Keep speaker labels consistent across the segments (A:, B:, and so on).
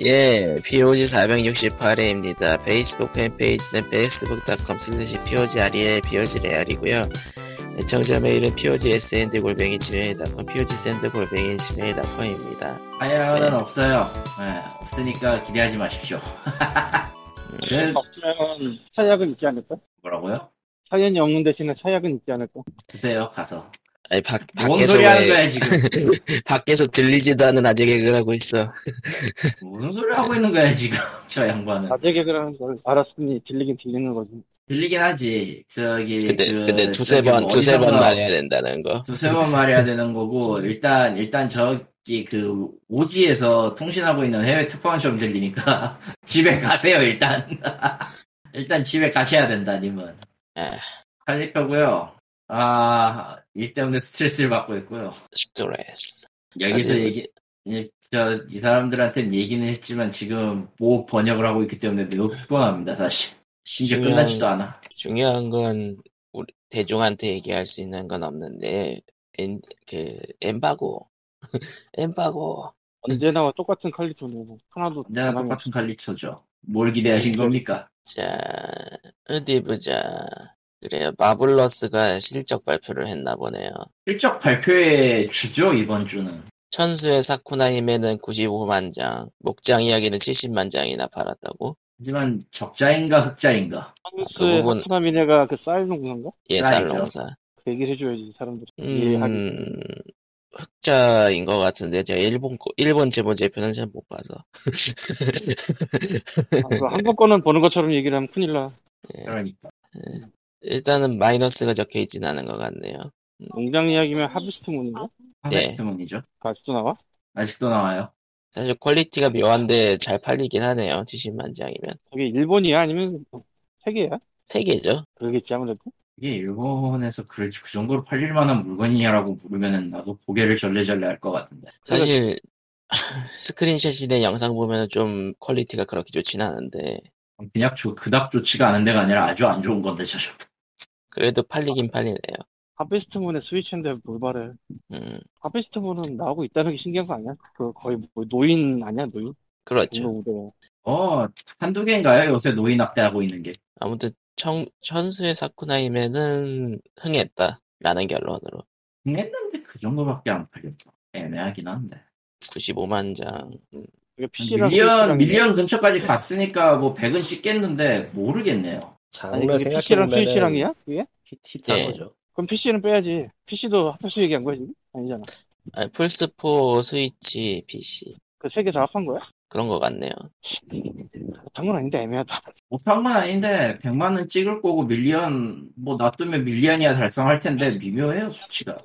A: 예, POG 468회입니다. 페이스북 팬페이지는 facebook.com slash POG REAL, POG REAL이고요. 애청자 메일은 POG SND 골뱅이 지메일.com, POG SND 골뱅이 지메일.com입니다.
B: 파이어는
A: 네.
B: 없어요. 네, 없으니까 기대하지 마십시오.
A: 음.
B: 네,
C: 없으면 사약은 있지 않을까?
B: 뭐라고요?
C: 사연이 없는 대신에 사약은 있지 않을까?
B: 드세요, 가서.
A: 아니, 밖,
B: 뭔
A: 밖에서
B: 소리 하는
A: 왜,
B: 거야, 지금?
A: 밖에서 들리지도 않은 아재 개그를 하고 있어.
B: 무슨 소리 하고 있는 거야, 지금? 저 양반은.
C: 낮에 개그라는 걸 알았으니 들리긴 들리는 거지.
B: 들리긴 하지. 저기,
A: 근데,
B: 그,
A: 근데 두세
B: 저기
A: 번,
B: 뭐
A: 두세 번
B: 어디선가
A: 말해야 된다는 거.
B: 두세 번 말해야 되는 거고, 일단, 일단 저기 그, 오지에서 통신하고 있는 해외 특파원처럼 들리니까, 집에 가세요, 일단. 일단 집에 가셔야 된다, 님은.
A: 아.
B: 살릴 거고요. 아, 일 때문에 스트레스를 받고 있고요.
A: 스트레스.
B: 여기서
A: 아니,
B: 얘기, 이- 저, 이 사람들한테는 얘기는 했지만 지금 뭐 번역을 하고 있기 때문에 매우 피곤합니다, 사실. 이제
A: 중요한-
B: 끝나지도 않아.
A: 중요한 건, 우리, 대중한테 얘기할 수 있는 건 없는데, 엔, 그, 엠바고. 엠바고.
C: 언제나 똑같은 퀄리티네. 하나도
B: 언제나
C: 안 하면
B: 똑같은 칼리처죠. 뭘 기대하신 겁니까?
A: 자, 어디 보자. 그래요. 마블러스가 실적 발표를 했나 보네요.
B: 실적 발표회 주죠, 이번 주는.
A: 천수의 사쿠나임에는 95만 장, 목장 이야기는 70만 장이나 팔았다고?
B: 하지만 적자인가 흑자인가?
C: 프랑스의
A: 그 부분-
C: 하나미네가 그 쌓여놓은 건가?
A: 예,
B: 아니죠.
A: 살롱사.
C: 그 얘기를 해줘야지 사람들이 이해하기.
A: 음, 흑자인 것 같은데, 제가 일본, 거- 일본 제본제표는 잘 못 봐서.
C: 아, 그거 한국 거는 보는 것처럼 얘기를 하면 큰일 나.
B: 그러니까.
A: 일단은 마이너스가 적혀 있진 않은 것 같네요.
C: 농장 이야기면 하비스트 문인가?
B: 하베스트문이죠.
C: 아직도 나와?
B: 아직도 나와요.
A: 사실 퀄리티가 묘한데 잘 팔리긴 하네요. 70만 장이면.
C: 그게 일본이야 아니면 세계야?
A: 세 개죠?
C: 그러겠지 아무래도.
B: 이게 일본에서 그, 그 정도로 팔릴 만한 물건이냐라고 물으면은 나도 고개를 절레절레 할 것 같은데.
A: 사실 스크린샷이나 영상 보면 좀 퀄리티가 그렇게 좋진 않은데
B: 그냥 저, 그닥 좋지가 않은 데가 아니라 아주 안 좋은 건데, 저 정도.
A: 그래도 팔리긴 팔리네요.
C: 하비스트 문의 스위치인데 뭘 바래?
A: 음
C: 하비스트 문은 나오고 있다는 게 신기한 거 아니야? 그 거의 뭐 노인 아니야 노인?
A: 그렇죠.
B: 뭐
C: 운동 우대.
B: 어, 한두 개인가요? 요새 노인 학대하고 있는 게.
A: 아무튼 청, 천수의 사쿠나임에는 흥했다라는 결론으로
B: 했는데 그 정도밖에 안 팔렸다. 애매하긴 한데.
A: 95만 장. 음,
C: 그게 PC랑
B: 밀리언, 밀리언 근처까지 갔으니까 뭐 100은 찍겠는데 모르겠네요.
D: 장르
C: PC랑
D: 생각해보면
C: 스위치랑이야? 그게?
D: 히트한
A: 예.
D: 거죠.
C: 그럼 PC는 빼야지. PC도 합해서 얘기한 거야 지금? 아니잖아.
A: 아니, 플스4 스위치 PC
C: 그 세 개 다 합한 거야?
A: 그런 것 같네요.
C: 못한 건 아닌데 애매하다.
B: 못한 건 아닌데 100만은 찍을 거고 밀리언 뭐 놔두면 밀리언이야 달성할 텐데 미묘해요 수치가.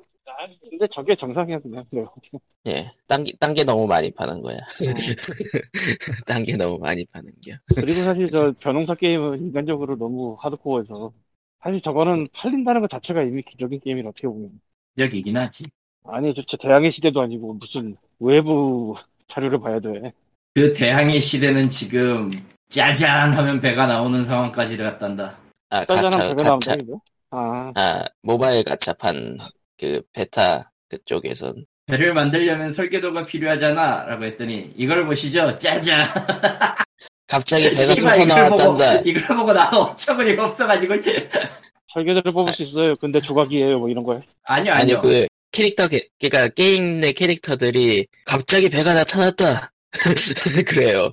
C: 근데 저게 정상이야 그냥. 그래.
A: 예, 딴게 딴게 너무 많이 파는 거야. 딴 게 너무 많이 파는 게.
C: 그리고 사실 저 변홍사 게임은 인간적으로 너무 하드코어해서 사실 저거는 팔린다는 것 자체가 이미 기적인 게임이라 어떻게 보면
B: 기적이긴 하지.
C: 아니 저저 대항해 시대도 아니고 무슨 외부 자료를 봐야 돼
B: 그 대항해 시대는 지금 짜잔 하면 배가 나오는 상황까지 갔단다.
A: 아 가차
C: 짜잔한 배가 나온
A: 가차
C: 다이거 아
A: 아 모바일 가차판 그 베타 그쪽에선
B: 배를 만들려면 설계도가 필요하잖아 라고 했더니 이걸 보시죠 짜잔
A: 갑자기 배가
B: 씨발,
A: 솟아 나왔단다.
B: 보고 이걸 보고 나도 어처구니가 없어가지고
C: 설계도를 뽑을 수 있어요 근데 조각이에요 뭐 이런 거
A: 아니요,
B: 아니요 아니요
A: 그 캐릭터, 게- 그러니까 게임 내 캐릭터들이 갑자기 배가 나타났다. 그래요.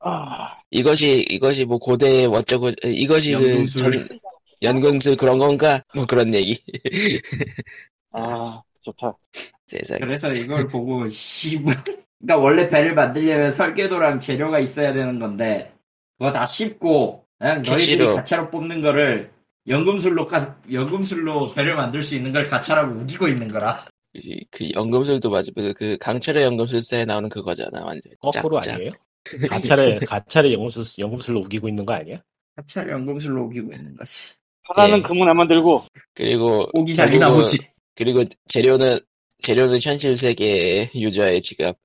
C: 아
A: 이것이 이것이 뭐 고대의 어쩌고 이것이 그
B: 연금술.
A: 전, 연금술 그런 건가? 뭐 그런 얘기.
C: 아, 좋다
A: 세상에.
B: 그래서 이걸 보고 씨발 그러니까 원래 배를 만들려면 설계도랑 재료가 있어야 되는 건데 그거 다 씹고 그냥 너희들이
A: PC로.
B: 가차로 뽑는 거를 연금술로 까, 연금술로 배를 만들 수 있는 걸 가차라고 우기고 있는 거라
A: 그지? 그 연금술도 맞고 그- 그 강철의 연금술사에 나오는 그거잖아 완전.
D: 거꾸로
A: 짝짝.
D: 아니에요? 가차를 가차를 영웅술 영웅술로 우기고 있는 거 아니야?
B: 가차를 연금술로 우기고 있는 거지
C: 하나는
A: 예.
C: 금은 안 만들고
A: 그리고
B: 오기 잘이
A: 그리고-
B: 나오지
A: 그리고 재료는 재료는 현실 세계 유저의 지갑.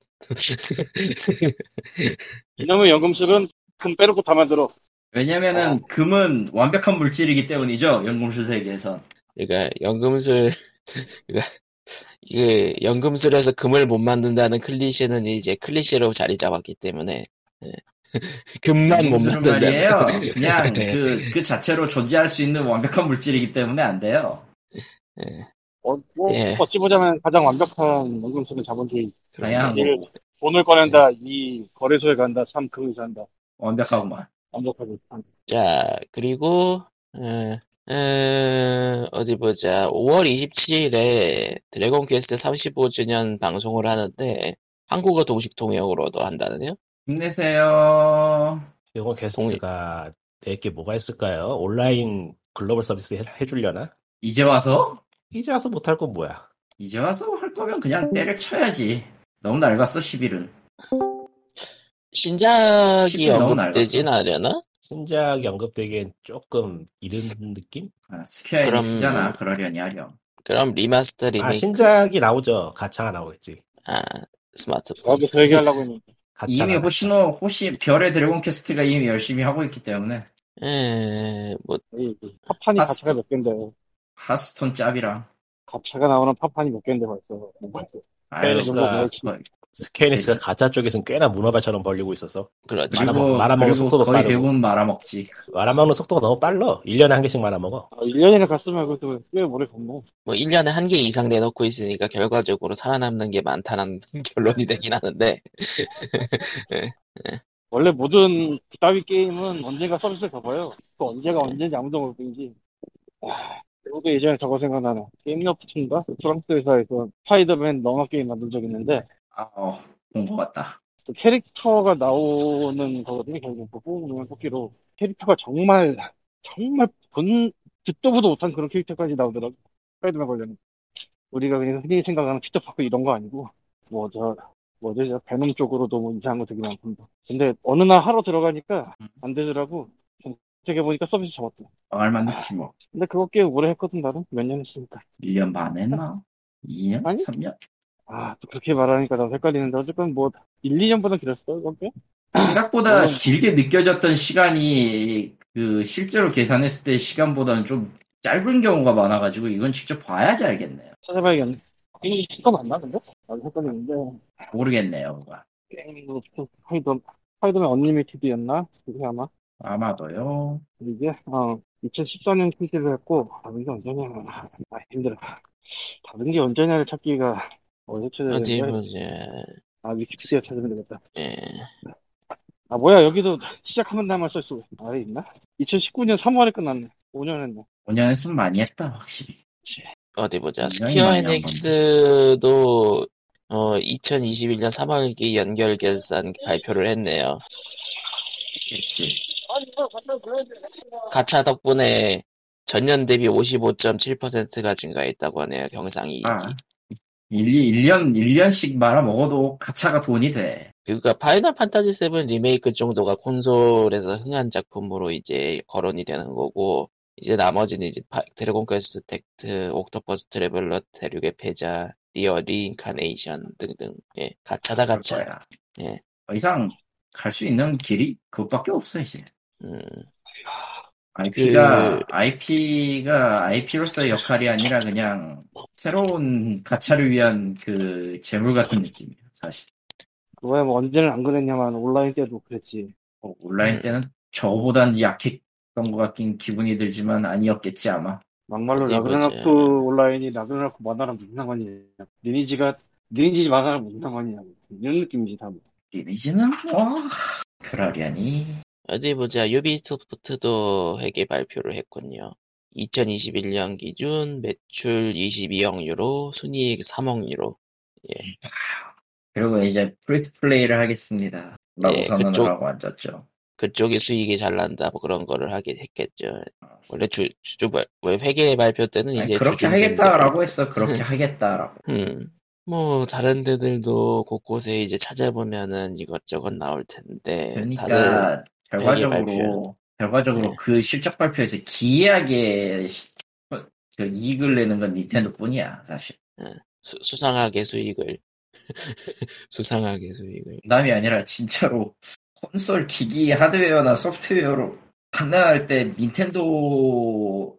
A: 예.
C: 이놈의 연금술은 금 빼놓고 다 만들어
B: 왜냐면은 금은 완벽한 물질이기 때문이죠 연금술 세계에선
A: 그러니까 연금술 그러니까 이게 연금술에서 금을 못 만든다는 클리셰는 이제 클리셰로 자리 잡았기 때문에 예. 금만 못
B: 무슨
A: 만든다.
B: 말이에요? 그냥
A: 네.
B: 그, 그 자체로 존재할 수 있는 완벽한 물질이기 때문에 안 돼요.
C: 어, 뭐,
A: 예.
C: 어찌 보자면 가장 완벽한 연금 쓰는 자본주의.
B: 그냥
A: 예.
C: 일, 돈을 꺼낸다, 이 거래소에 간다, 삼, 금을 산다.
B: 완벽하고만.
C: 완벽하게. 아, 산.
A: 자 그리고 어, 어, 어디 보자. 5월 27일에 드래곤 퀘스트 35주년 방송을 하는데 한국어 동식 통역으로도 한다네요.
B: 힘내세요.
D: 이거 게스트가 내게 뭐가 있을까요? 온라인 글로벌 서비스 해, 해주려나?
B: 이제 와서?
D: 이제 와서 못할 건 뭐야?
B: 이제 와서 할 거면 그냥 때려쳐야지. 너무 낡았어, 11은.
A: 신작이
B: 시기는 너무
A: 언급되진 않으려나?
D: 신작 연급되기엔 조금 이른 느낌?
B: 아, 스퀘어
A: 그럼-
B: 에닉스잖아, 그러려니 하렴.
A: 그럼 리마스터
D: 아
A: 리메이크
D: 신작이 나오죠. 가차가 나오겠지.
A: 아, 스마트폰
C: 나도 그 얘기하려고 했는데.
D: 가차가
B: 이미
D: 나와.
B: 호시노, 호시, 별의 드래곤 퀘스트가 이미 열심히 하고 있기 때문에,
A: 예, 뭐
C: 이- 이 파판이
B: 아,
C: 가차가 몇 갠데.
B: 하스톤 짭이랑,
C: 가차가 나오는 파판이 몇 갠데 벌써.
B: 아유,
D: 그러니까-
B: 그거 뭐-
D: 스케니스가 가짜 쪽에서는 꽤나 문어발처럼 벌리고 있었어.
A: 그렇죠.
D: 말아먹-
B: 그리고,
D: 말아먹을
B: 그리고
D: 속도도
B: 거의
D: 빠르고.
B: 대부분 말아먹지.
D: 말아먹는 속도가 너무 빨라. 1년에 한 개씩 말아먹어.
C: 1년이나 갔으면 그것도 꽤 오래 건너.
A: 뭐 1년에 한 개 이상 내놓고 있으니까 결과적으로 살아남는 게 많다는 결론이 되긴 하는데
C: 원래 모든 그따위 게임은 언젠가 서비스를 접어요. 또 언제가 언제인지 아무도 모르는지. 와, 저도 예전에 저거 생각나네. 게임러프트인가? 프랑스 회사에서 스파이더맨 영화 게임 만든 적 있는데
B: 아, 어, 본 것 같다.
C: 그 캐릭터가 나오는 거거든요. 결국 그 뽑는 토끼로 캐릭터가 정말 정말 본 듣도 보도 못한 그런 캐릭터까지 나오더라고. 스파이더맨 관련 우리가 그냥 흔히 생각하는 피터 파크 이런 거 아니고 뭐 저 뭐죠 저 베놈 쪽으로도 뭐 이상한 거 되게 많습니다. 근데 어느 날 하러 들어가니까 안 되더라고. 검색해 보니까 서비스 접었대.
B: 얼마 늦지 뭐.
C: 근데 그거 꽤 오래 했거든 나는 몇 년 했으니까.
B: 1년 반 했나? 2년?
C: 아니.
B: 3년?
C: 아, 또 그렇게 말하니까 나도 헷갈리는데 어쨌든 뭐 1, 2년보다 길었을 거예요, 그건 꽤?
B: 생각보다
A: 어.
C: 음.
B: 길게 느껴졌던 시간이 그 실제로 계산했을 때 시간보다는 좀 짧은 경우가 많아가지고 이건 직접 봐야지 알겠네요.
C: 찾아봐야겠네. 이거 맞나 근데? 나도 헷갈리는데.
B: 모르겠네요, 그거.
C: 게임으로 파이더, 파이더맨 언리미티드였나? 그게 아마.
B: 아마도요.
C: 이게, 어, 2014년 출시를 했고, 다른 게 언제냐. 아, 힘들어. 다른 게 언제냐를 찾기가 어디서
B: 네,
C: 찾아야
A: 어디
C: 되는 거야?
A: 보자.
C: 아, 위키피디아 찾으면 되겠다.
A: 예.
C: 아, 뭐야, 여기도 시작하면 나만 쓸 수, 아래 있나? 2019년 3월에 끝났네. 5년 했네.
B: 5년 했으면 많이 했다, 확실히.
A: 어디 보자.
B: 굉장히
A: 스퀘어
B: 많이 한
A: 엔엑스도 어 2021년 3월기 연결 결산 발표를 했네요.
B: 그렇지.
A: 가차 덕분에 전년 대비 55.7%가 증가했다고 하네요. 경상이
B: 아. 1, 1년, 1년씩 말아 먹어도 가차가 돈이 돼.
A: 그러니까 파이널 판타지 7 리메이크 정도가 콘솔에서 흥한 작품으로 이제 거론이 되는 거고 이제 나머지는 이제 파- 드래곤 퀘스트 텍트, 옥토퍼스 트래블러, 대륙의 패자, 리어 리인카네이션 등등 예 가차다
B: 그럴
A: 가차
B: 거야.
A: 예.
B: 더 이상 갈 수 있는 길이 그것밖에 없어, 이제.
A: 음,
B: IP가,
A: 그-
B: IP가 IP로서의 역할이 아니라 그냥 새로운 가차를 위한 그 재물 같은 느낌이야, 사실.
C: 그거야, 뭐, 언제는 안 그랬냐만, 온라인 때도 그랬지.
B: 뭐 온라인
A: 음.
B: 때는 저보단 약했던 것 같긴 기분이 들지만 아니었겠지 아마.
C: 막말로
A: 어디
C: 라그나로크
A: 보자.
C: 온라인이 라그나로크 만화랑 무슨 상관이냐. 리니지가, 리니지 만화랑 무슨 상관이냐고. 이런 느낌이지, 다.
B: 리니지는 뭐 그러려니
A: 어디 보자 유비소프트도 회계 발표를 했군요. 2021년 기준 매출 22억 유로, 순이익 3억 유로.
B: 그리고 이제 프리트 플레이를 하겠습니다. 라고
A: 예,
B: 선언을
A: 그쪽-
B: 하고 앉았죠.
A: 그쪽이 수익이 잘 난다 뭐 그런 거를 하긴 했겠죠. 원래 주 주주 발- 원래 회계 발표 때는
B: 아니,
A: 이제
B: 그렇게
A: 주주
B: 하겠다라고 했어. 그렇게
A: 음.
B: 하겠다라고.
A: 음. 뭐 다른 데들도 곳곳에 이제 찾아보면은 이것저것 나올 텐데 다들
B: 그러니까
A: 발표.
B: 결과적으로 결과적으로
A: 네.
B: 그 실적 발표에서 기이하게 시- 그 이익을 내는 건 닌텐도뿐이야 사실.
A: 수, 상하게 수익을 수상하게 수익을
B: 남이 아니라 진짜로 콘솔 기기 하드웨어나 소프트웨어로 판매할 때 닌텐도처럼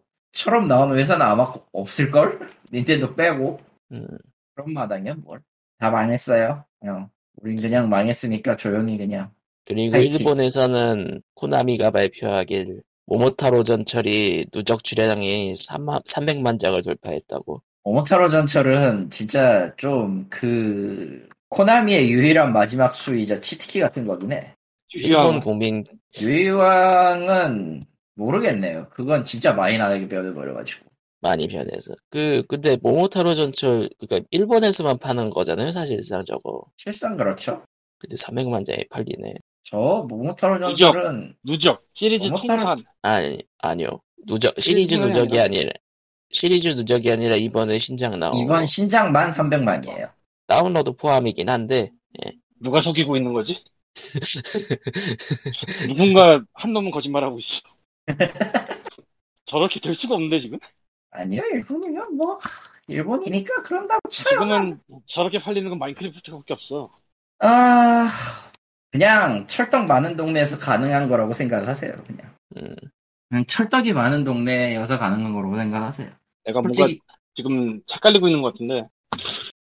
B: 나오는 회사는 아마 없을걸? 닌텐도 빼고
A: 음,
B: 그런 마당이야 뭘? 다 망했어요. 그냥 우린 그냥 망했으니까 조용히 그냥.
A: 그리고
B: 하이킥.
A: 일본에서는 코나미가 발표하길 모모타로 전철이 누적 주량이 3만, 300만 장을 돌파했다고.
B: 오모타로 전철은 진짜 좀 그 코나미의 유일한 마지막 수이자 치트키 같은 거긴 해.
A: 일본 국민
B: 유이왕은 모르겠네요. 그건 진짜 많이 나게 배워버려가지고.
A: 많이 변해서. 그 근데 모모타로 전철 그러니까 일본에서만 파는 거잖아요, 사실상 저거.
B: 실상 그렇죠.
A: 근데 300만 장이 팔리네.
B: 저 모모타로 전설은
C: 누적 시리즈
B: 어머나.
C: 통산
A: 아니, 아니요.
B: 그
A: 누적 시리즈
C: 시리즈는
A: 누적이
C: 아니라.
A: 아니라 시리즈 누적이 아니라 이번에 신작 나온
B: 이번
A: 거.
B: 신작만 300만이에요.
A: 다운로드 포함이긴 한데
C: 누가 속이고 있는 거지? 누군가 한 놈은 거짓말하고 있어. 저렇게 될 수가 없는데 지금?
B: 아니요 일본이면 뭐 일본이니까 그런다고 쳐요.
C: 지금은 저렇게 팔리는 건 마인크래프트밖에 없어.
B: 아 그냥 철떡 많은 동네에서 가능한 거라고 생각하세요. 그냥.
A: 음,
B: 그냥 철떡이 많은 동네여서 가능한 거라고 생각하세요.
C: 내가 그러니까 뭔가
B: 솔직히
C: 지금 착갈리고 있는 것 같은데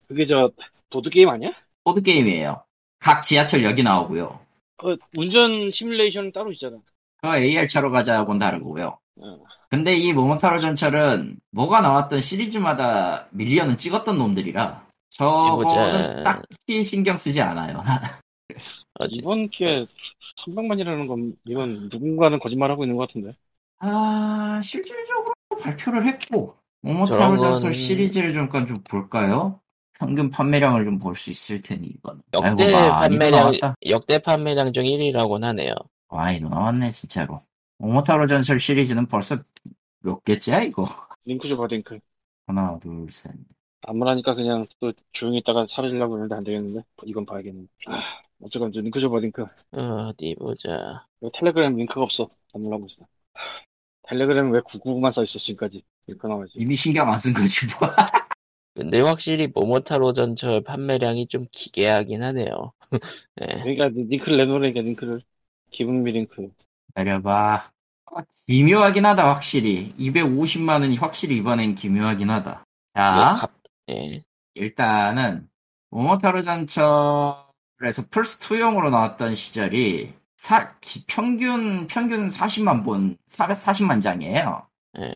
C: 그게 저 보드 게임 아니야?
B: 보드 게임이에요. 각 지하철역이 나오고요.
C: 그 운전 시뮬레이션 따로 있잖아.
B: 그 AR 차로 가자고는 다르고요.
A: 네.
C: 어.
B: 근데 이 모모타로 전철은 뭐가 나왔던 시리즈마다 밀리언은 찍었던 놈들이라 저거는
A: 찍어보자.
B: 딱히 신경 쓰지 않아요.
A: 어찌-
C: 이번
B: 네.
C: 기회 300만이라는 건 이건 누군가는 거짓말하고 있는 것 같은데.
B: 아 실질적으로 발표를 했고
A: 저런
B: 모모타로
A: 건-
B: 전설 시리즈를 잠깐 좀 볼까요? 평균 판매량을 좀 볼 수 있을 테니 이건
A: 역대
B: 아이고, 많이도
A: 판매량
B: 나왔다.
A: 역대 판매량 중 1위라고는 하네요.
B: 많이도 나왔네 진짜로 모모타로 전설 시리즈는 벌써 몇 개째야 이거
C: 링크 줘봐 링크.
B: 하나 둘셋
C: 아무라니까 그냥 또 조용히 있다가 사라지려고 했는데 안 되겠는데 이건 봐야겠네. 아, 어쨌건 이제 링크 줘봐 링크.
A: 어, 어디 보자.
C: 여기 텔레그램 링크가 없어. 안놀라고 있어. 텔레그램 왜 999만 써 있어 지금까지 링크 나와야지.
B: 이미 신경 안 쓴 거지 뭐
A: 근데 확실히 모모타로 전철 판매량이 좀 기괴하긴 하네요. 예.
C: 그러니까 링크를 내놓으니까 링크를 기분비 링크.
B: 내려봐. 아, 기묘하긴 하다, 확실히. 250만원이 확실히 이번엔 기묘하긴 하다. 자,
A: 이거 갑- 예.
B: 일단은, 모모타로 전철에서 플스2용으로 나왔던 시절이, 사- 기- 평균, 평균 40만 본, 440만 장이에요.
A: 예.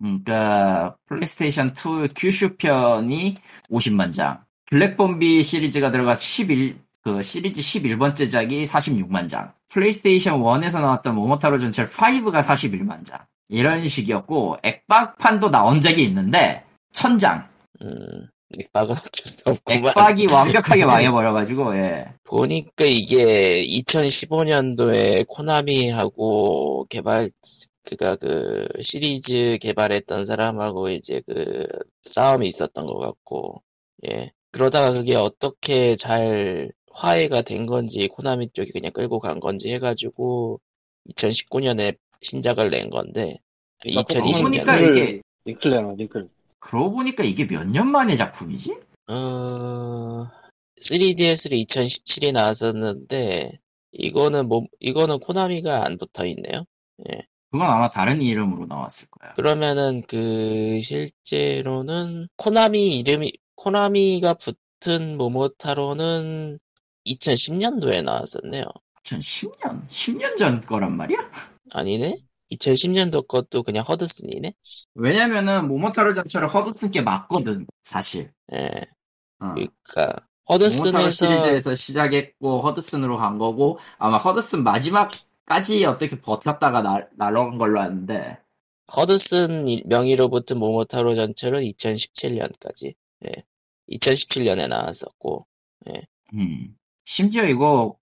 B: 그러니까, 플레이스테이션 2 규슈편이 50만 장. 블랙본비 시리즈가 들어가 11, 그 시리즈 11번째 작이 46만 장. 플레이스테이션 1에서 나왔던 모모타로 전철 5가 41만 장. 이런 식이었고, 액박판도 나온 적이 있는데, 천장.
A: 음, 액박은 어쩔 수 없구만.
B: 액박이 완벽하게 망해버려가지고, 예.
A: 보니까 이게 2015년도에 코나미하고 개발, 그니까 그 시리즈 개발했던 사람하고 이제 그 싸움이 있었던 것 같고, 예. 그러다가 그게 어떻게 잘 화해가 된 건지, 코나미 쪽이 그냥 끌고 간 건지 해가지고, 2019년에 신작을 낸 건데,
C: 그러니까
B: 그러고
A: 2020 년에.
B: 보니까 이게,
C: 링크를 내놔 링크를.
B: 그러고 보니까 이게 몇 년 만의 작품이지?
A: 어, 3DS로 2017에 나왔었는데, 이거는 뭐, 이거는 코나미가 안 붙어 있네요.
B: 그건 아마 다른 이름으로 나왔을 거야.
A: 그러면은 그, 실제로는, 코나미 이름이, 코나미가 붙은 모모타로는 2010년도에 나왔었네요.
B: 2010년? 10년 전 거란 말이야?
A: 아니네? 2010년도 것도 그냥 허드슨이네?
B: 왜냐면은 모모타로 전철을 허드슨께 맞거든 사실
A: 예,
B: 어.
A: 그니까,
B: 모모타로
A: 허드슨에서,
B: 시리즈에서 시작했고 허드슨으로 간 거고 아마 허드슨 마지막까지 어떻게 버텼다가 날, 날아간 걸로 아는데
A: 허드슨 이- 명의로 붙은 모모타로 전철은 2017년까지, 2017년에 나왔었고,
B: 음. 심지어 이거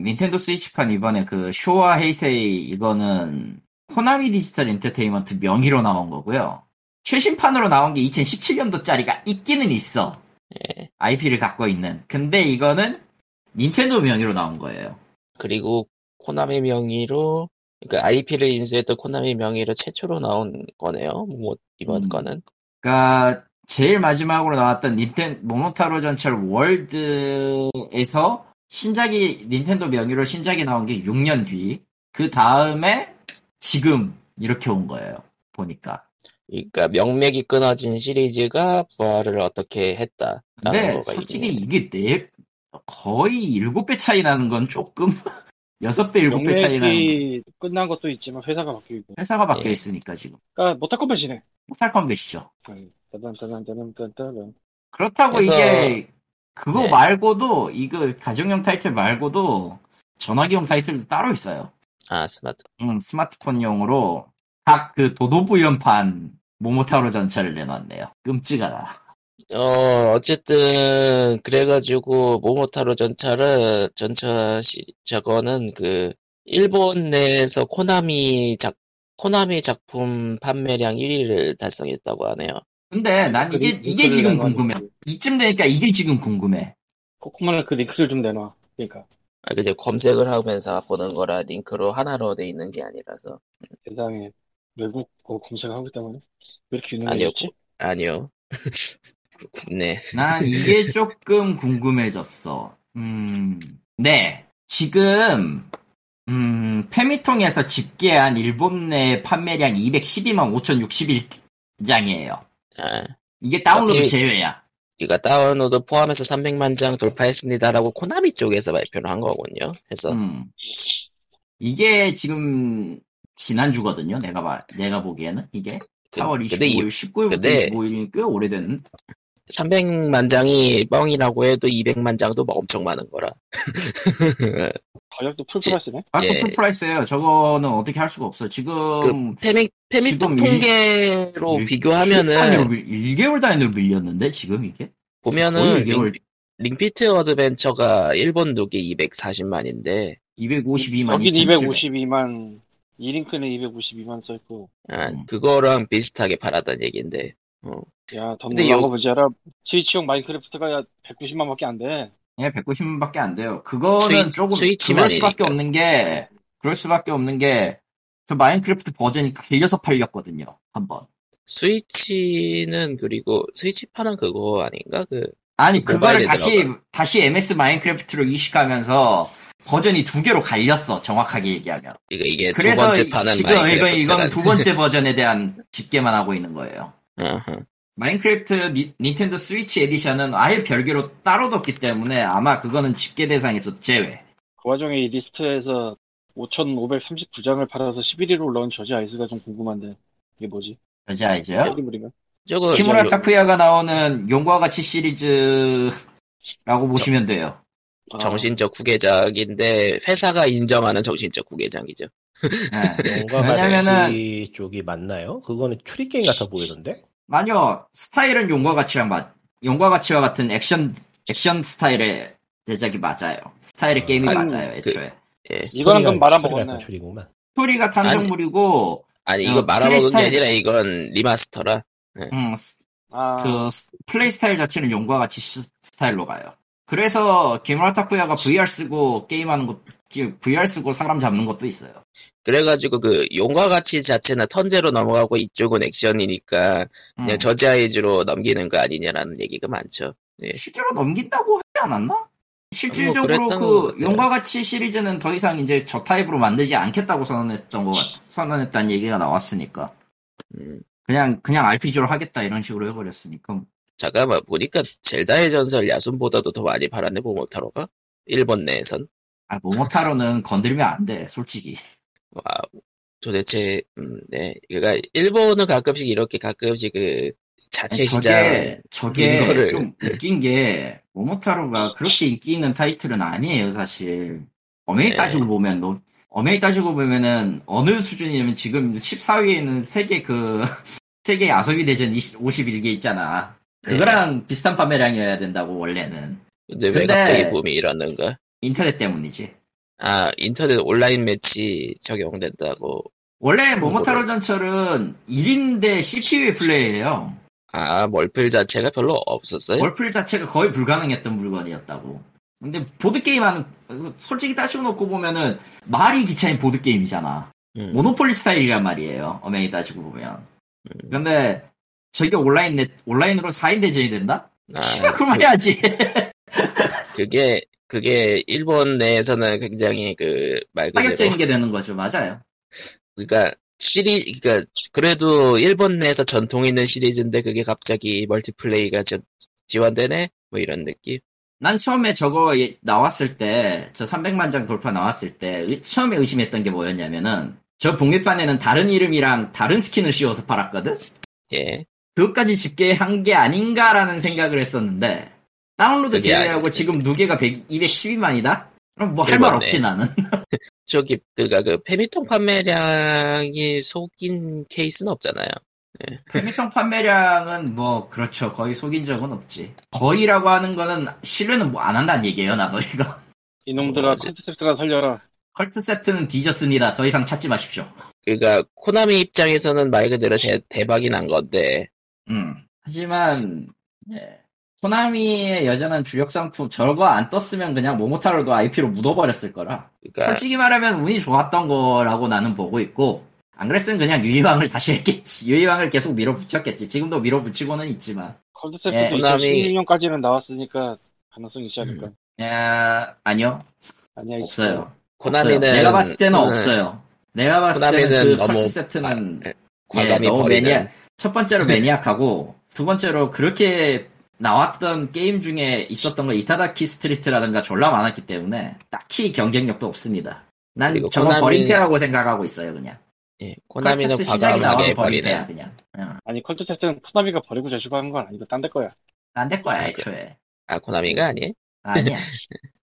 B: 닌텐도 스위치판 이번에 그 쇼와 헤이세이 이거는 코나미 디지털 엔터테인먼트 명의로 나온 거고요 최신판으로 나온 게 2017년도짜리가 있기는 있어
A: 예.
B: IP를 갖고 있는 근데 이거는 닌텐도 명의로 나온 거예요
A: 그리고 코나미 명의로, 그러니까 IP를 인수했던 코나미 명의로 최초로 나온 거네요. 뭐, 이번
B: 음.
A: 거는.
B: 그러니까 제일 마지막으로 나왔던 닌텐 모노타로 전철 월드에서 신작이 닌텐도 명의로 신작이 나온 게 6년 뒤. 그 다음에 지금 이렇게 온 거예요. 보니까
A: 그러니까 명맥이 끊어진 시리즈가 부활을 어떻게 했다라는
B: 근데
A: 거가
B: 네, 솔직히
A: 있긴 해요.
B: 이게 네 거의 일곱 배 차이 나는 건 조금 여섯 배 일곱 배 차이 나는 거.
C: 명맥이 끝난 것도 있지만 회사가 바뀌고
B: 회사가 바뀌어
A: 예.
B: 있으니까 지금
C: 그러니까 모타컴뱃이네
B: 못할 건 계시죠.
C: 짜잔 짜잔 짜잔 짜잔 짜잔
B: 그렇다고
A: 그래서-
B: 이게 그거
A: 네.
B: 말고도 이거 가정용 타이틀 말고도 전화기용 타이틀도 따로 있어요.
A: 아 스마트.
B: 음, 스마트폰용으로 각 그 도도부 연판 모모타로 전차를 내놨네요. 끔찍하다.
A: 어 어쨌든 그래가지고 모모타로 전차를 전차 시, 저거는 그 일본 내에서 코나미 작 코나미 작품 판매량 1위를 달성했다고 하네요.
B: 근데 난 이게
C: 그
B: 이게
C: 링크를
B: 지금
C: 내놔,
B: 궁금해.
C: 링크.
B: 이쯤 되니까 이게 지금 궁금해.
C: 코코마는 그 링크를 좀 내놔 그러니까
A: 아, 그제 검색을 하면서 보는 거라 링크로 하나로 돼 있는 게 아니라서
C: 세상에 외국 거 어, 검색하고 때문에 왜 이렇게
A: 아니요.
C: 유명해졌지?
A: 아니요. 구- 국내
B: 난 이게 조금 궁금해졌어. 음, 네. 지금, 음, 페미통에서 집계한 일본 내 판매량 212만 5,061장이에요.
A: 아,
B: 이게 다운로드
C: 예.
A: 어, 이-
B: 제외야.
A: 이거 다운로드 포함해서 300만 장 돌파했습니다라고 코나미 쪽에서 발표를 한 거군요. 해서
B: 음. 이게 지금, 지난주거든요. 내가 봐, 내가 보기에는. 이게.
A: 그-
B: 4월
A: 근데 이-
B: 25일, 19일부터
A: 근데- 예.
B: 25일이 꽤 오래된.
A: 300만 장이 뻥이라고 해도 200만 장도 막 엄청 많은 거라.
C: 가격도 풀플러스네?
B: 아, 또
A: 예.
B: 풀프라이스예요 저거는 어떻게 할 수가 없어. 지금.
A: 페미 페미
B: 지금
A: 통계로 그
B: 일-
A: 비교하면은
B: 1개월 단위로 밀렸는데, 지금 이게?
A: 보면은
B: 거의
A: 링,
B: 6개월
A: 링피트 어드벤처가 일본 누계 240만인데
B: 252만
C: 여긴
B: 2,700.
C: 252만 이 링크는 252만 써있고
A: 아,
B: 음.
A: 그거랑 비슷하게 팔았단 얘긴데
C: 야더
A: 근데
C: 놀란
A: 여-
C: 거 보지 알아? 스위치용 마인크래프트가 190만밖에 안돼
B: 예, 190만밖에 안 돼요. 그거는
A: 스위-
B: 조금
A: 스위치만
B: 그럴 수밖에
A: 이니까.
B: 없는 게 그럴 수밖에 없는 게 저 마인크래프트 버전이 갈려서 팔렸거든요. 한번.
A: 스위치는 그리고 스위치판은 그거 아닌가? 그
B: 아니
A: 그
B: 그거를
A: 모바일에
B: 다시 다시 MS 마인크래프트로 이식하면서 버전이 두 개로 갈렸어. 정확하게 얘기하면.
A: 이거 이게 네, 두
B: 그래서
A: 번째 판은
B: 지금 이건 이건
A: 마인크래프트라는-
B: 두 번째 버전에 대한 집계만 하고 있는 거예요.
A: 아하.
B: 마인크래프트 니- 닌텐도 스위치 에디션은 아예 별개로 따로 뒀기 때문에 아마 그거는 집계 대상에서 제외.
C: 그 와중에 이 리스트에서 5,539장을 팔아서 11위로 올라온 저지 아이스가 좀 궁금한데 이게 뭐지?
B: 그지
A: 네,
B: 알죠?
C: 캐리블인가?
A: 저거
B: 키무라
A: 요-
B: 타쿠야가 나오는 용과 같이 시리즈라고 보시면 돼요.
C: 아,
A: 정신적 구계작인데 회사가 인정하는 정신적 구계작이죠.
B: 네.
D: 뭔가
B: 왜냐면은-
D: 같이 쪽이 맞나요? 그거는 추리 게임 같아 보이던데.
B: 마녀 스타일은 용과 같이랑 맞, 용과 같이와 같은 액션 액션 스타일의 제작이 맞아요. 스타일의
D: 아,
B: 게임이
A: 아니,
B: 맞아요, 애초에.
A: 예.
C: 이거는 그럼
D: 스토리가- 스토리가 약간
C: 말아먹었네.
D: 추리구만.
B: 스토리가 탄정물이고,
A: 아니
B: 어,
A: 이거 말아먹은 게
B: 플레이스타일-
A: 아니라 이건 리마스터라.
B: 음, 스-
C: 아,
B: 그 스- 플레이 스타일 자체는 용과 같이 시- 스타일로 가요. 그래서 기무라 타쿠야가 VR 쓰고 게임하는 것, 기- VR 쓰고 사람 잡는 것도 있어요.
A: 그래가지고 그 용과 같이 자체는 턴제로 넘어가고 이쪽은 액션이니까
B: 음.
A: 그냥 네, 저지아이즈로 넘기는 거 아니냐라는 얘기가 많죠. 예.
B: 실제로 넘긴다고 하지 않았나? 실질적으로
A: 뭐 그랬던 것
B: 그
A: 같아요.
B: 용과 같이 시리즈는 더 이상 이제 저 타입으로 만들지 않겠다고 선언했던 거 선언했다는 얘기가 나왔으니까
A: 음.
B: 그냥 그냥 RPG로 하겠다 이런 식으로 해버렸으니까
A: 잠깐만 보니까 젤다의 전설 야숨보다도 더 많이 팔았네 모모타로가 일본 내에선.
B: 아 모모타로는 건드리면 안 돼 솔직히
A: 아, 와, 도대체, 음, 네. 그러니까, 일본은 가끔씩 이렇게 가끔씩 그, 자체 시장,
B: 저게 저게
A: 이거를-
B: 좀 웃긴 게 모모타로가 그렇게 인기 있는 타이틀은 아니에요 사실 엄연히
A: 네.
B: 따지고 보면 너- 엄연히 따지고 보면은 어느 수준이냐면 지금 14위에는 세계 그 세계 야소비 대전 20, 51개 있잖아
A: 네.
B: 그거랑 비슷한 판매량이어야 된다고 원래는
A: 근데 왜
B: 근데-
A: 갑자기 붐이 일어나는가?
B: 인터넷 때문이지
A: 아, 인터넷 온라인 매치 적용된다고.
B: 원래 모모타로
A: 그거를-
B: 전철은 1인대 CPU의 플레이예요
A: 아, 멀필 자체가 별로 없었어요?
B: 월풀 자체가 거의 불가능했던 물건이었다고. 근데 보드게임 하는, 솔직히 따지고 놓고 보면은 말이 기차인 보드게임이잖아.
A: 음,
B: 모노폴리 스타일이란 말이에요. 엄연히 따지고 보면.
A: 음.
B: 근데 저게 온라인 넷, 온라인으로 4인 대전이 된다?
A: 아, 네,
B: 씨발, 그럼 해야지.
A: 그, 게 그게 일본 내에서는 굉장히 그, 말 그대로.
B: 파격적인 게 되는 거죠. 맞아요.
A: 그러니까, 시리 그러니까 그래도 일본 내에서 전통 있는 시리즈인데 그게 갑자기 멀티플레이가 저- 지원되네 뭐 이런 느낌
B: 난 처음에 저거 예- 나왔을 때, 저 300만 장 돌파 나왔을 때, 의- 처음에 의심했던 게 뭐였냐면은, 저 북미판에는 다른 이름이랑 다른 스킨을 씌워서 팔았거든?
A: 예
B: 그것까지 집계한 게 아닌가라는 생각을 했었는데, 다운로드
A: 그게
B: 제외하고
A: 아니지.
B: 지금 누계가 100, 212만이다? 그럼 뭐 할 말
A: 일본네.
B: 없지 나는.
A: 저기 그가 그 페미통 판매량이 속인 케이스는 없잖아요
B: 페미통 판매량은 뭐, 그렇죠. 거의 속인 적은 없지. 거의라고 하는 거는, 신뢰는 뭐 안 한다는 얘기예요, 나도 이거.
C: 이놈들아
A: 뭐지?
C: 컨셉트가 살려라.
B: 컬트 세트는 뒤졌습니다. 더 이상 찾지 마십시오.
A: 그러니까 코나미 입장에서는 말 그대로 대, 대박이 난 건데
B: 음. 하지만 예. 코나미의 여전한 주력 상품 저거 안 떴으면 그냥 모모타로도 IP로 묻어버렸을 거라.
A: 그러니까
B: 솔직히 말하면 운이 좋았던 거라고 나는 보고 있고 안 그랬으면 그냥 유이왕을 다시 했겠지. 유이왕을 계속 밀어붙였겠지. 지금도 밀어붙이고는 있지만.
C: 컨셉트도
B: 예,
A: 코나미.
C: 2016년까지는 나왔으니까 가능성이 있지 않을까.
A: 음.
B: 에, 아니요
C: 아니야
B: 없어요.
A: 코나미는
B: 없어요. 내가 봤을 때는
A: 음,
B: 없어요. 내가 봤을
A: 코나미는
B: 때는 그
A: 너무
B: 컬트 세트는
A: 과감히
B: 예, 너무
A: 아, 버리는
B: 매니아- 첫 번째로 매니악하고 두 번째로 그렇게 나왔던 게임 중에 있었던 거 이타다키 스트리트라든가 졸라 많았기 때문에 딱히 경쟁력도 없습니다. 난
A: 그리고
B: 저건
A: 코나미는-
B: 버림패라고 생각하고 있어요 그냥.
A: 예, 코나미는
B: 컨셉트 시작이 나와서
A: 과감하게
B: 버림패야
A: 버리는
B: 그냥. 어, 응.
C: 아니 컨셉트는 코나미가 버리고 자시고 하는 건 아니고 딴 데 거야.
B: 안될 거야
A: 아,
B: 애초에.
A: 아 코나미가 아니에요?
B: 아니야.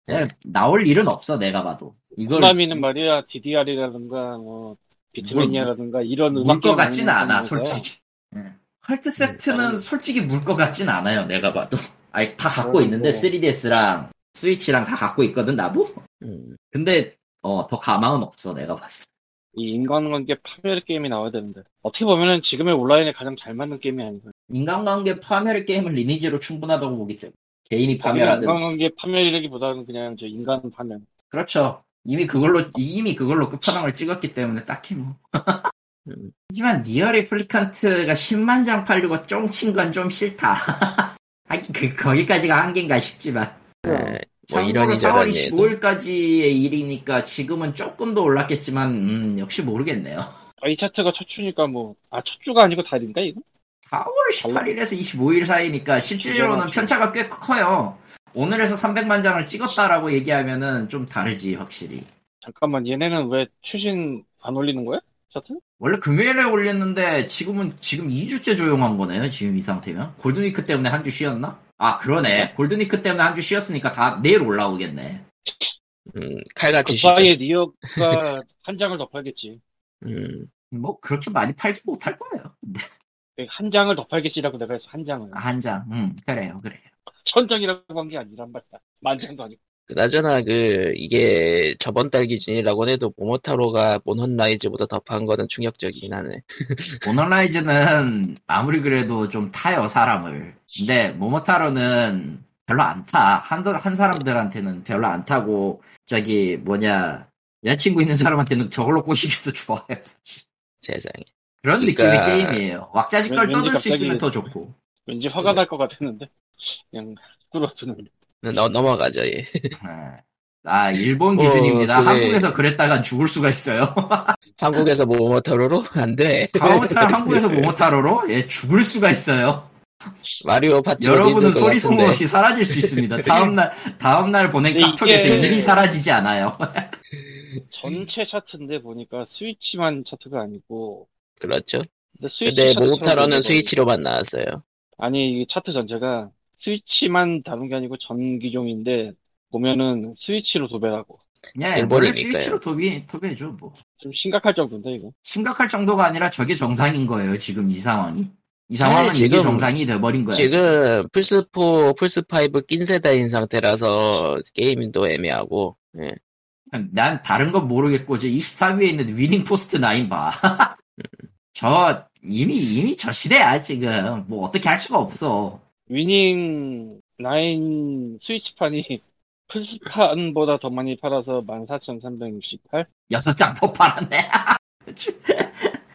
B: 그냥 나올 일은 없어 내가 봐도. 이걸
C: 코나미는 말이야 DDR이라든가 뭐 비트맨이라든가 이런 음악
B: 물것
C: 게임
B: 같진
C: 만드는
B: 않아
C: 거야.
B: 솔직히. 응.
A: 네,
B: 헐트 세트는
C: 나는-
B: 솔직히 물 것 같진 않아요 내가 봐도. 아니 다 갖고
C: 그건
B: 있는데
C: 뭐.
B: 3DS랑 스위치랑 다 갖고 있거든 나도.
A: 음,
B: 근데 어 더 가망은 없어 내가 봤을 때.
C: 이 인간관계 파멸 게임이 나와야 되는데 어떻게 보면은 지금의 온라인에 가장 잘 맞는 게임이 아닌가.
B: 인간관계 파멸 게임은 리니지로 충분하다고 보기 때문에 개인이
C: 어,
B: 파멸하는
C: 인간관계 파멸이라기보다는 그냥 저 인간 파멸.
B: 그렇죠 이미 그걸로 이미 그걸로 끝판왕을 찍었기 때문에 딱히 뭐
A: 음.
B: 하지만 니어 리플리칸트가 10만 장 팔리고 쫑친 건 좀 싫다 하긴 그 거기까지가 한계인가 싶지만
A: 아, 뭐
B: 네. 참고로
A: 이런
B: 4월
A: 이런
B: 25일까지의 일이니까 지금은 조금 더 올랐겠지만 음, 역시 모르겠네요
C: 아, 이 차트가 첫 주니까 뭐 아 첫 주가 아니고 달인가 이거?
B: 4월 18일에서 25일 사이니까 실질로는
C: 기가 막혀.
B: 편차가 꽤 커요. 오늘에서 300만 장을 찍었다라고 얘기하면은 좀 다르지 확실히.
C: 잠깐만 얘네는 왜 추신 안 올리는 거야? 차트?
B: 원래 금요일에 올렸는데 지금은 지금 2주째 조용한 거네요. 지금 이 상태면 골든위크 때문에 한 주 쉬었나? 아 그러네. 골든위크 때문에 한 주 쉬었으니까 다 내일 올라오겠네.
A: 음, 칼같이
B: 아,
C: 그
A: 시죠.
C: 사이에 니어가 한 장을 더 팔겠지.
A: 음,
B: 뭐 그렇게 많이 팔지 못할 거예요. 네,
C: 한 장을 더 팔겠지라고 내가 해서 한 장을.
B: 한 장. 음 그래요 그래요.
C: 천 장이라고 한 게 아니란 말이야. 만 장도 아니고.
A: 그나저나 그 이게 저번 달 기준이라고 해도 모모타로가 몬헌라이즈보다 더 판 거는 충격적이긴 하네.
B: 모노라이즈는 아무리 그래도 좀 타요 사람을 근데 모모타로는 별로 안타한 한 사람들한테는 별로 안 타고 저기 뭐냐 여자친구 있는 사람한테는 저걸로 꼬시기도 좋아요 사실
A: 세상에.
B: 그런
A: 그러니까-
B: 느낌의 게임이에요 왁자지껄
C: 왠- 왠지
B: 떠들 수 있으면
C: 갑자기-
B: 더 좋고
C: 왠지 화가
A: 네.
C: 날 것 같았는데 그냥 끌어주는.
A: 넘- 넘어가죠. 예.
B: 네. 아 일본
A: 어,
B: 기준입니다
A: 그래.
B: 한국에서 그랬다가 죽을 수가 있어요
A: 한국에서 모모타로로 안 돼.
B: 다운타 한국에서 모모타로로 예 죽을 수가 있어요
A: 마리오 파티
B: 여러분은
A: 어디 있는 것
B: 소리 소문
A: 같은데.
B: 없이 사라질 수 있습니다. 다음날 다음날 보낸
C: 근데
B: 카톡에서
C: 이게-
B: 일이 사라지지 않아요.
A: 음.
C: 전체 차트인데 보니까 스위치만 차트가 아니고.
A: 그렇죠.
C: 근데 스위치
A: 근데
C: 차트처럼
A: 모모타로는
C: 되는
A: 스위치로만 나왔어요.
C: 거예요. 아니 이 차트 전체가 스위치만 다룬 게 아니고 전기종인데 보면은 스위치로 도배하고
B: 그냥
A: 일본이니까요.
B: 원래 스위치로 도비 도배죠 뭐
C: 좀 심각할 정도인데 이거.
B: 심각할 정도가 아니라 저게 정상인 거예요 지금 이 상황이. 이
A: 사실
B: 상황은 이게
A: 지금-
B: 정상이 돼버린 거예요.
A: 지금 플스4, 플스5 낀 세대인 상태라서 게임도 애매하고. 예.
B: 난 다른 건 모르겠고 저 23위에 있는 위닝 포스트 나인 봐. 저 이미 이미 저 시대야 지금 뭐 어떻게 할 수가 없어.
C: 위닝 라인 스위치판이 플스판보다 더 많이 팔아서 14,368?
B: 여섯 장 더 팔았네.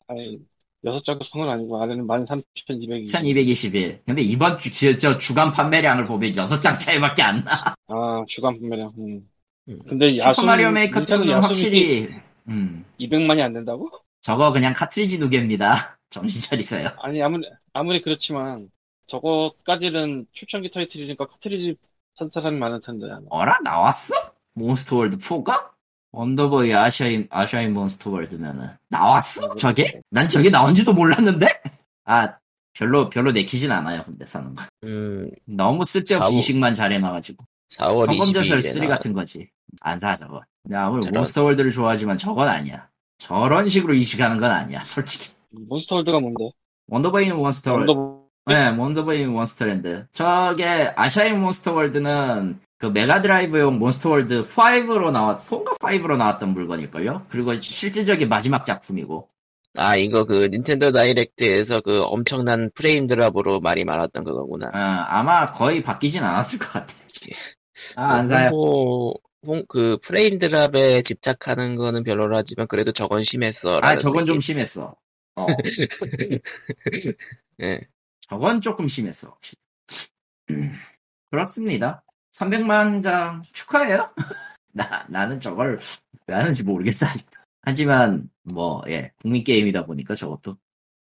C: 아니, 여섯 자국 성은 아니고 아래는 13,220.
B: 1221. 근데 이번 주, 저, 저 주간 판매량을 보면 6장 차이밖에 안 나.
C: 아, 주간 판매량. 음.
A: 음.
C: 근데 야수
B: 슈퍼마리오 메이커
C: 닌텐도
B: 2는
C: 야숨이
B: 확실히, 음,
C: 200만이 안 된다고?
B: 저거 그냥 카트리지 두 개입니다. 정신 차리세요.
C: 아니, 아무리, 아무리 그렇지만, 저거까지는 출전기 타이틀이니까 카트리지 산 사람이 많을 텐데.
B: 어라 나왔어? 몬스터 월드 4가? 원더보이 아샤인 아샤인 몬스터 월드면은 나왔어? 저게? 난 저게 나온지도 몰랐는데? 아 별로 별로 내키진 않아요 근데 사는 거
A: 음,
B: 너무 쓸데없이
A: 사고.
B: 이식만 잘해놔가지고
A: 4월 22일에.
B: 성범죄설 3 같은 거지 안 사 저거 나 아무리
A: 저런.
B: 몬스터 월드를 좋아하지만 저건 아니야 저런 식으로 이식하는 건 아니야 솔직히
C: 몬스터 월드가 뭔데?
B: 원더보이 몬스터 월드
C: 언더,
B: 네, 몬더보이 몬스터랜드. 저게 아샤인 몬스터월드는 그 메가드라이브용 몬스터월드 5로 나왔, 4가 5로 나왔던 물건일걸요? 그리고 실질적인 마지막 작품이고.
A: 아, 이거 그 닌텐도 다이렉트에서 그 엄청난 프레임 드랍으로 말이 많았던 그거구나.
B: 아, 아마 거의 바뀌진 않았을 것 같아. 아, 안
A: 뭐,
B: 사요.
A: 홍보, 홍, 그 프레임 드랍에 집착하는 거는 별로라지만 그래도 저건 심했어.
B: 아, 저건 좀 심했어. 어,
A: 예.
B: 저건 조금 심했어. 확실히. 그렇습니다. 300만 장 축하해요. 나, 나는 저걸 왜 하는지 모르겠어. 아직도. 하지만, 뭐, 예, 국민게임이다 보니까 저것도.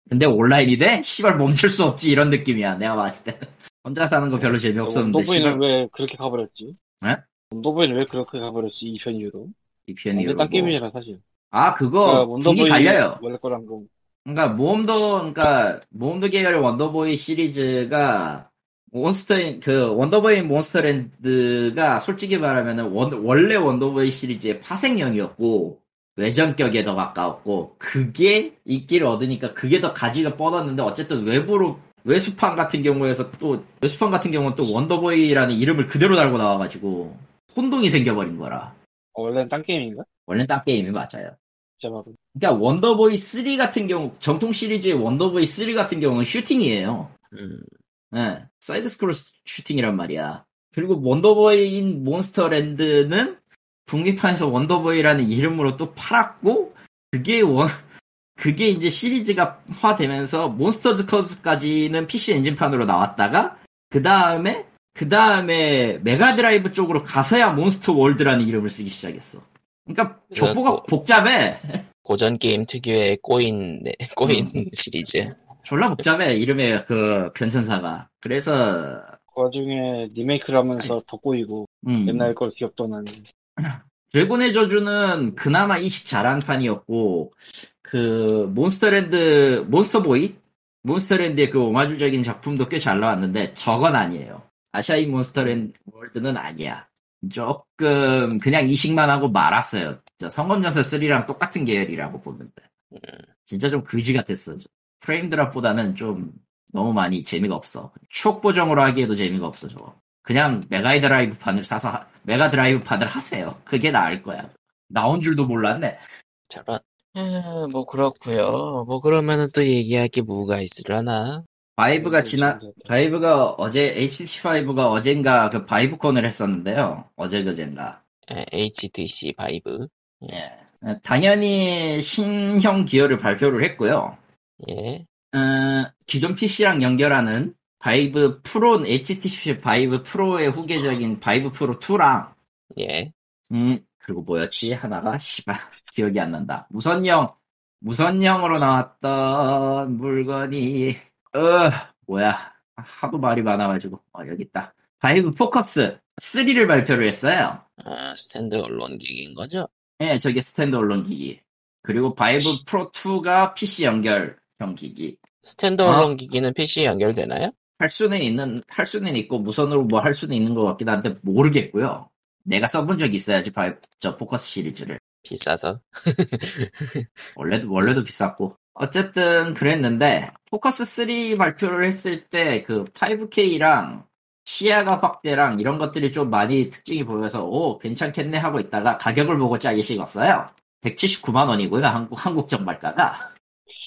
B: 근데 온라인이 돼? 시발 멈출 수 없지, 이런 느낌이야. 내가 봤을 때. 혼자 사는 거
C: 네.
B: 별로 재미없었는데,
C: 언더보이는
B: 시발.
C: 왜 그렇게 가버렸지?
B: 네?
C: 언더보이는 왜 그렇게 가버렸지? 이 편 이후로?
B: 이 편이.
C: 완전 딴 그러니까 게임이잖아, 사실.
B: 아, 그거, 분이 갈려요.
C: 원래 거랑 좀.
B: 그러니까 모험도 그러니까 모험도 계열의 원더보이 시리즈가 몬스터인 그 원더보이 몬스터랜드가 솔직히 말하면은 원, 원래 원더보이 시리즈의 파생형이었고 외전격에 더 가까웠고 그게 인기를 얻으니까 그게 더 가지가 뻗었는데 어쨌든 외부로 외수판 같은 경우에서 또 외수판 같은 경우는 또 원더보이라는 이름을 그대로 달고 나와가지고 혼동이 생겨버린 거라
C: 어, 원래는 딴 게임인가?
B: 원래 딴 게임이 맞아요.
C: 진짜 막.
B: 그러니까 원더보이 3 같은 경우 정통 시리즈의 원더보이 3 같은 경우는 슈팅이에요.
A: 음,
B: 예, 사이드 스크롤 슈팅이란 말이야. 그리고 원더보이인 몬스터랜드는 북미판에서 원더보이라는 이름으로 또 팔았고 그게 원 그게 이제 시리즈가 화되면서 몬스터즈 커즈까지는 PC 엔진판으로 나왔다가 그 다음에 그 다음에 메가드라이브 쪽으로 가서야 몬스터 월드라는 이름을 쓰기 시작했어. 그러니까 족보가
A: 그래갖고-
B: 복잡해.
A: 고전 게임 특유의 꼬인, 네, 꼬인 시리즈.
B: 졸라 복잡해 이름의 그 변천사가 그래서
C: 그 와중에 리메이크를 하면서 더 꼬이고,
B: 음,
C: 옛날 걸 기억도나는.
B: 드래곤의 저주는 그나마 이식 잘한 판이었고 그 몬스터랜드 몬스터보이 몬스터랜드의 그 오마주적인 작품도 꽤 잘 나왔는데 저건 아니에요 아시아인 몬스터랜드 월드는 아니야 조금 그냥 이식만 하고 말았어요 저 성검전사 3랑 똑같은 계열이라고 보는데 진짜 좀 그지 같았어 프레임 드랍보다는 좀 너무 많이 재미가 없어 추억 보정으로 하기에도 재미가 없어 저거 그냥 메가 드라이브 판을 사서 하- 메가 드라이브 판을 하세요. 그게 나을 거야. 나온 줄도 몰랐네.
A: 저런. 에, 뭐 그렇고요. 뭐 그러면은 또 얘기할 게 뭐가 있으려나?
B: 바이브가
C: 네, 그
B: 지난 바이브가 어제 HTC 5가 어젠가 그 바이브콘을 했었는데요. 어제 그젠가.
A: 에, HTC 바이브.
B: 예. 당연히 신형 기어를 발표를 했고요.
A: 예.
B: 어, 기존 PC랑 연결하는 바이브 프로 HTC 바이브 프로의 후계적인 바이브 프로 2랑
A: 예.
B: 음, 그리고 뭐였지? 하나가, 씨발, 기억이 안 난다. 무선형, 무선형으로 나왔던 물건이, 어, 뭐야. 하도 말이 많아가지고. 어, 여기 있다. 바이브 포커스 3를 발표를 했어요.
A: 아, 스탠드 언론 기기인 거죠?
B: 예, 저게 스탠드 언론 기기. 그리고 바이브 프로 2가 PC 연결형 기기.
A: 스탠드
B: 아.
A: 언론 기기는 PC에 연결되나요?
B: 할 수는 있는, 할 수는 있고, 무선으로 뭐 할 수는 있는 것 같긴 한데, 모르겠고요. 내가 써본 적 있어야지, 바이브, 저 포커스 시리즈를.
A: 비싸서.
B: 원래도 원래도 비쌌고 어쨌든 그랬는데 포커스 3 발표를 했을 때 그 5K랑 시야가 확대랑 이런 것들이 좀 많이 특징이 보여서 오 괜찮겠네 하고 있다가 가격을 보고 짜기 식었어요. 179만 원이고요 한국 한국 정발가가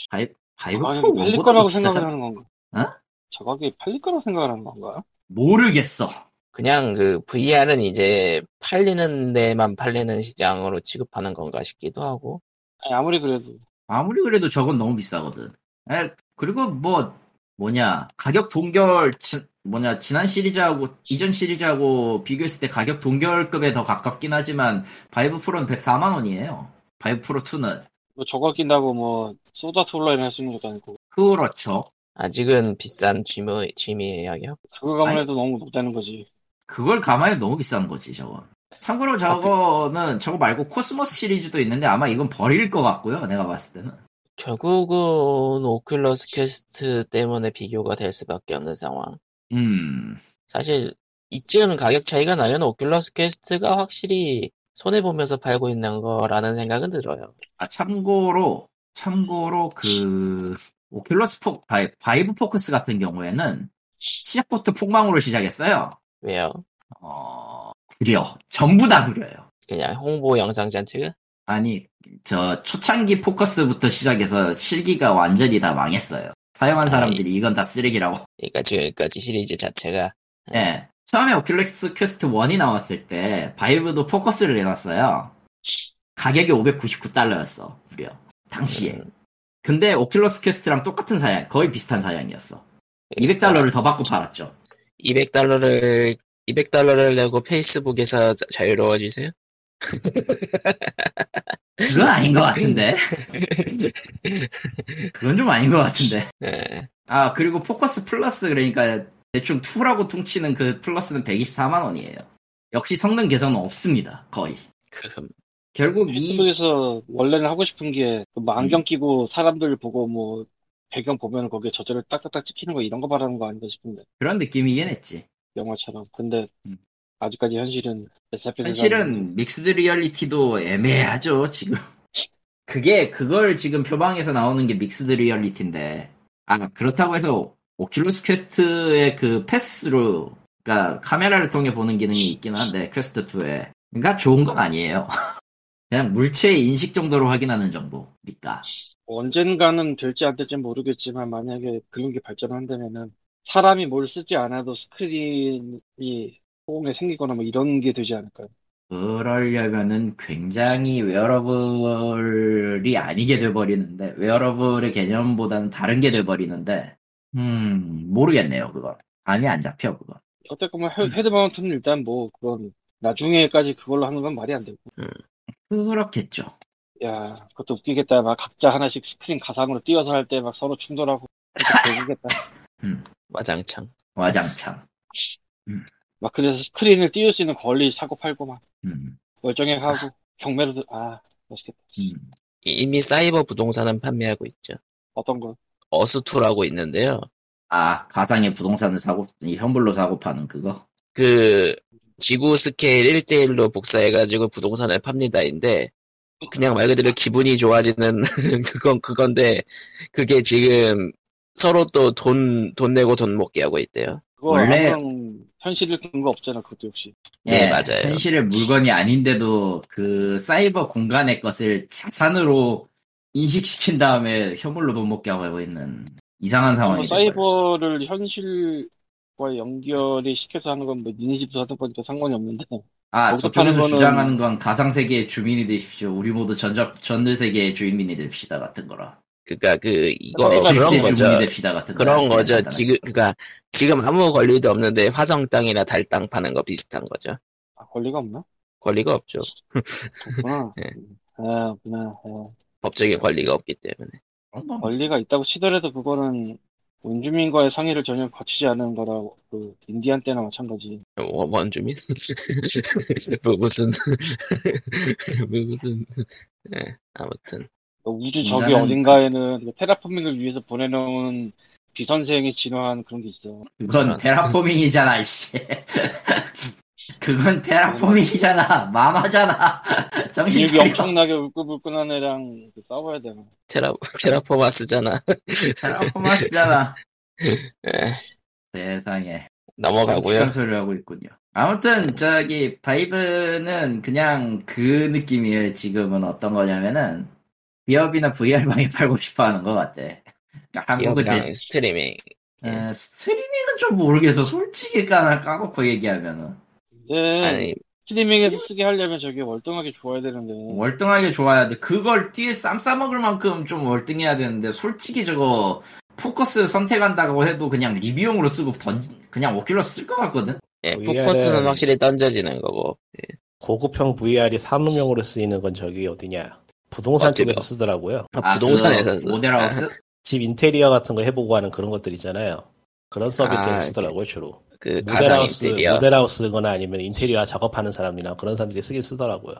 B: 바이 바이브
C: 아니,
B: 프로
C: 팔릴
B: 원보다
C: 거라고
B: 비싸
C: 생각을
B: 잖
C: 하는 건가?
B: 어?
C: 저각이 팔릴 거라고 생각을 하는 건가?
B: 모르겠어.
A: 그냥 그 VR은 이제 팔리는 데만 팔리는 시장으로 취급하는 건가 싶기도 하고.
C: 아니, 아무리 그래도.
B: 아무리 그래도 저건 너무 비싸거든. 에, 그리고 뭐 뭐냐 가격 동결 지- 뭐냐 지난 시리즈하고 이전 시리즈하고 비교했을 때 가격 동결급에 더 가깝긴 하지만 바이브 프로는 104만 원이에요. 바이브 프로 2는
C: 뭐 저거 낀다고 뭐 소다 툴라인 할 수 있는 것도 아니고
B: 그렇죠.
A: 아직은 비싼 쥐미, 쥐미의 영역.
C: 그거 감안해도 너무 높다는 거지.
B: 그걸 감안해 너무 비싼 거지, 저건. 참고로 저거는 저거 말고 코스모스 시리즈도 있는데 아마 이건 버릴 것 같고요. 내가 봤을 때는.
A: 결국은 오큘러스 퀘스트 때문에 비교가 될 수밖에 없는 상황.
B: 음.
A: 사실 이쯤 가격 차이가 나면 오큘러스 퀘스트가 확실히 손해보면서 팔고 있는 거라는 생각은 들어요.
B: 아, 참고로, 참고로 그, 오큘러스 포, 바이, 바이브 포커스 같은 경우에는 시작부터 폭망으로 시작했어요.
A: 왜요?
B: 어, 구려. 전부 다 구려요.
A: 그냥 홍보 영상 잔뜩?
B: 아니, 저, 초창기 포커스부터 시작해서 7기가 완전히 다 망했어요. 사용한 사람들이 이건 다 쓰레기라고.
A: 그러니까 지금까지 시리즈 자체가
B: 예. 처음에 오큘러스 퀘스트 1이 나왔을 때, 바이브도 포커스를 내놨어요. 가격이 599달러였어, 무려. 당시에.
A: 음,
B: 근데 오큘러스 퀘스트랑 똑같은 사양, 거의 비슷한 사양이었어. 200달러를 더 받고 팔았죠.
A: 200달러를 200달러를 내고 페이스북에서 자- 자유로워지세요?
B: 그건 아닌 것 같은데. 그건 좀 아닌 것 같은데.
A: 예.
B: 아, 그리고 포커스 플러스, 그러니까 대충 2라고 퉁치는 그 플러스는 124만원이에요. 역시 성능 개선은 없습니다, 거의.
A: 그럼
B: 결국 이, 음.
C: 한국에서 원래는 하고 싶은 게그뭐 안경 끼고 사람들 보고 뭐 배경 보면 거기에 저자를 딱딱딱 찍히는 거 이런 거 말하는 거 아닌가 싶은데
B: 그런 느낌이긴 했지.
C: 영화처럼. 근데
B: 음.
C: 아직까지 현실은 SFP 세상에
B: 현실은 믹스드 리얼리티도 애매하죠, 지금. 그게, 그걸 지금 표방해서 나오는 게 믹스드 리얼리티인데. 아, 그렇다고 해서 오큘러스 퀘스트의 그 패스로, 그니까 카메라를 통해 보는 기능이 있긴 한데, 퀘스트 2에. 그니까 좋은 건 아니에요. 그냥 물체의 인식 정도로 확인하는 정도니까.
C: 언젠가는 될지 안 될지 모르겠지만 만약에 그런 게 발전한다면은 사람이 뭘 쓰지 않아도 스크린이 호응에 생기거나 뭐 이런 게 되지 않을까요?
B: 그러려면은 굉장히 웨어러블이 아니게 돼버리는데, 웨어러블의 개념보다는 다른 게 돼버리는데, 음, 모르겠네요, 그건. 감이 안 잡혀, 그건.
C: 어쨌건 뭐
B: 음.
C: 헤- 헤드마운트는 일단 뭐 그건 나중에까지 그걸로 하는 건 말이 안 되고
B: 그렇겠죠.
C: 야 그것도 웃기겠다 막 각자 하나씩 스크린 가상으로 띄워서 할 때 막 서로 충돌하고 그것도 재밌겠다
A: 와장창.
B: 와장창.
C: 막 그래서 스크린을 띄울 수 있는 권리 사고 팔고 막
B: 음,
C: 월정액 하고 경매로도 아 멋있겠다
B: 음.
A: 이미 사이버 부동산은 판매하고 있죠.
C: 어떤 거
A: 어스투라고 있는데요.
B: 아, 가상의 부동산을 사고, 이 현물로 사고 파는 그거?
A: 그 지구 스케일 1대1로 복사해가지고 부동산을 팝니다인데 그냥 말 그대로 기분이 좋아지는 그건 그건데 그게 지금 서로 또 돈 돈 내고 돈 먹게 하고 있대요.
C: 그거
B: 원래-
C: 항상 현실일 근거 없잖아 그것도 역시
A: 네, 맞아요.
B: 예, 현실의 물건이 아닌데도 그 사이버 공간의 것을 자산으로 인식시킨 다음에 현물로 돈 먹게 하고 있는 이상한
C: 뭐
B: 상황이 돼버렸어.
C: 사이버를 현실과 연결이 시켜서 하는 건뭐 니네 집도 하던 거니까 상관이 없는데
B: 아,
C: 거기서
B: 저쪽에서
C: 파는 거는-
B: 주장하는 건 가상세계의 주민이 되십시오. 우리 모두 전자, 전자세계의 주민이 됩시다. 같은 거라.
A: 그러니까 그
B: 어,
A: 이거
C: 그러니까
A: 그런
B: 브릭스의
A: 거죠.
B: 주민이 됩시다. 같은 거라.
A: 그런 거죠.
B: 간단하게.
A: 지금 그러니까 지금 아무 권리도 없는데 화성 땅이나 달 땅 파는 거 비슷한 거죠.
C: 아, 권리가 없나?
A: 권리가 없죠.
C: 없구나
B: 예.
A: 네.
C: 아, 없구나 아,
A: 법적인 권리가 없기 때문에.
B: 그런 건
C: 권리가 있다고 치더라도 그거는 원주민과의 상의를 전혀 거치지 않은 거라고 그 인디안 때나 마찬가지
A: 원- 원주민? 뭐 무슨 뭐 무슨 예, 아무튼
C: 그 우주 저기
B: 인간은
C: 어딘가에는 그 테라포밍을 위해서 보내놓은 비선생이 진화한 그런 게 있어
B: 그건
A: 그런-
B: 테라포밍이잖아, 씨. 그건 테라포밍이잖아. 마마잖아. 정신
C: 인육이
B: 차려.
C: 엄청나게 울끈불끈한 애랑 그 싸워야 돼
A: 테라 테라포마 쓰잖아.
B: 테라포마스잖아.
A: 예,
B: 세상에.
A: 넘어가고요.
B: 끔찍한 아, 소리를 하고 있군요. 아무튼, 저기, 바이브는 그냥 그 느낌이에요. 지금은 어떤 거냐면은, 기업이나 VR방에 팔고 싶어 하는 것 같대. 그러니까 한국은
A: 기업이랑 스트리밍
B: 대- 에, 스트리밍은 좀 모르겠어. 솔직히 까- 까놓고 얘기하면은.
C: 근데
A: 아니
C: 스트리밍에서 쓰게 하려면 저게 월등하게 좋아야 되는데
B: 월등하게 좋아야 돼. 그걸 뒤에 쌈 싸먹을 만큼 좀 월등해야 되는데, 솔직히 저거, 포커스 선택한다고 해도 그냥 리뷰용으로 쓰고 던, 그냥 오큘러스 쓸 것 같거든?
A: 예,
D: VR은
A: 포커스는 확실히 던져지는 거고
D: 고급형 VR이 산업용으로 쓰이는 건 저기 어디냐 부동산
A: 어때요?
D: 쪽에서 쓰더라고요.
A: 아, 부동산에서
B: 그 모델하우스?
D: 집 인테리어 같은 거 해보고 하는 그런 것들 있잖아요. 그런 서비스에서
A: 아,
D: 쓰더라고요, 주로.
A: 그 가상
D: 모델하우스,
A: 인테리어
D: 모델하우스거나 아니면 인테리어 작업하는 사람이나 그런 사람들이 쓰긴 쓰더라고요.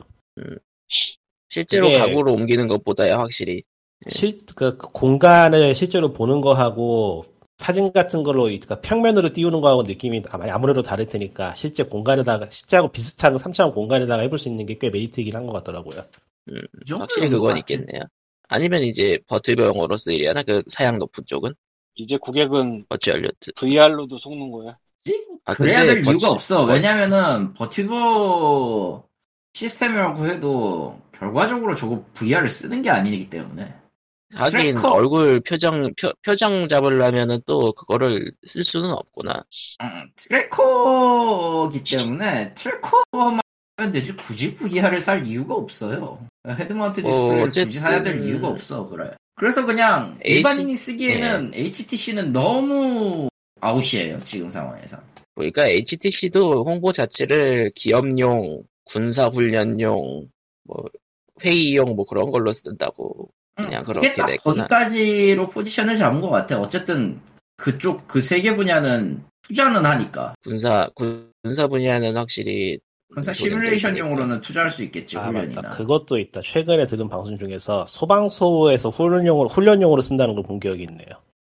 A: 실제로
D: 그게-
A: 가구로 옮기는 것보다야 확실히
D: 실, 그, 그 공간을 실제로 보는 거하고 사진 같은 걸로, 그러니까 평면으로 띄우는 거하고 느낌이 아마- 아무래도 다를 테니까 실제 공간에다가, 실제하고 비슷한 3차원 공간에다가 해볼 수 있는 게 꽤 메리트이긴 한 것 같더라고요.
B: 이 정도는
A: 확실히
B: 뭐
A: 그건
B: 같아.
A: 있겠네요. 아니면 이제 버트병으로 쓰이려나 그 사양 높은 쪽은
C: 이제 고객은
A: 버츠 연료트
C: VR로도 속는 거야.
B: 있지?
A: 아,
B: 그래야
A: 근데
B: 될 이유가
A: 버티-
B: 없어.
A: 버-
B: 왜냐면은 버티버 시스템이라고 해도 결과적으로 저거 VR을 쓰는 게 아니기 때문에.
A: 하긴
B: 트래커.
A: 얼굴 표정 표, 표정 잡으려면은 또 그거를 쓸 수는 없구나.
B: 음, 트래커기 때문에 트래커만 하면 되지 굳이 VR을 살 이유가 없어요. 헤드마운트
A: 어,
B: 디스플레이를 굳이
A: 어쨌든-
B: 사야 될 이유가 없어 그래. 그래서 그냥
A: H- 네.
B: 일반인이 쓰기에는 HTC는 너무 아웃이에요 지금 상황에서.
A: 그러니까 HTC도 홍보 자체를 기업용, 군사훈련용, 뭐 회의용 뭐 그런 걸로 쓴다고 그냥 그렇게
B: 딱
A: 됐구나.
B: 거기까지로 포지션을 잡은 것 같아. 어쨌든 그쪽 그 세 개 분야는 투자는 하니까.
A: 군사 군사 분야는 확실히
B: 그래서
A: 돈이 될
B: 시뮬레이션용으로는 투자할 수 있겠지
D: 아,
B: 훈련이나.
D: 맞다. 그것도 있다. 최근에 들은 방송 중에서 소방소에서 훈련용으로, 훈련용으로 쓴다는 걸 본 기억이 있네요.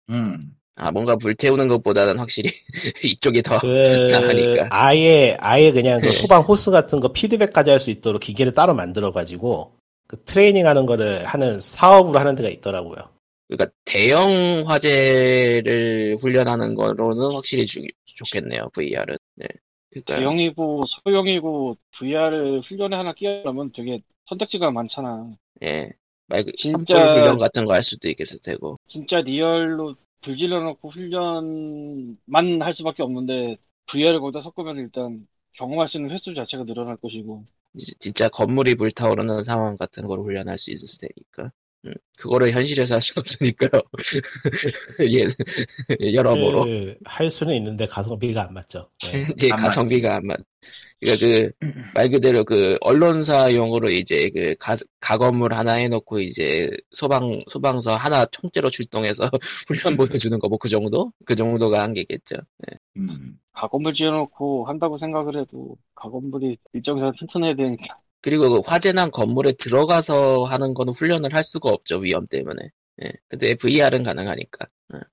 B: 음.
A: 아 뭔가 불태우는 것보다는 확실히 이쪽이 더
D: 그,
A: 나가니까.
D: 아예, 아예 그냥 그
A: 예.
D: 소방 호스 같은 거 피드백까지 할 수 있도록 기계를 따로 만들어가지고, 그 트레이닝 하는 거를 하는 사업으로 하는 데가 있더라고요.
A: 그러니까 대형 화재를 훈련하는 거로는 확실히 주- 좋겠네요 VR은. 네. 그러니까
C: 대형이고 소형이고 VR 훈련에 하나 끼우려면 되게 선택지가 많잖아.
A: 예. 말 그,
C: 진짜-
A: 진짜 훈련 같은 거 할 수도 있겠을 테고.
C: 진짜 리얼로 불 질러놓고 훈련만 할 수밖에 없는데 VR을 거기다 섞으면 일단 경험할 수 있는 횟수 자체가 늘어날 것이고
A: 이제 진짜 건물이 불타오르는 상황 같은 걸 훈련할 수 있을 테니까. 음, 그거를 현실에서 할 수는 없으니까요. 예, 여러모로.
D: 그, 할 수는 있는데 가성비가 안 맞죠. 네.
A: 이제
B: 안
A: 가성비가 안 맞. 그러니까 그 말 그대로 그 언론사용으로 이제 그 가, 가건물 하나 해놓고 이제 소방 소방서 하나 총재로 출동해서 훈련 보여주는 거 뭐 그 정도? 그 정도가 한계겠죠.
B: 음.
C: 가건물 지어놓고 한다고 생각을 해도 가건물이 일정에서 튼튼해야 되니까
A: 그리고 그 화재난 건물에 들어가서 하는 건 훈련을 할 수가 없죠 위험 때문에. 예. 근데 VR은 가능하니까.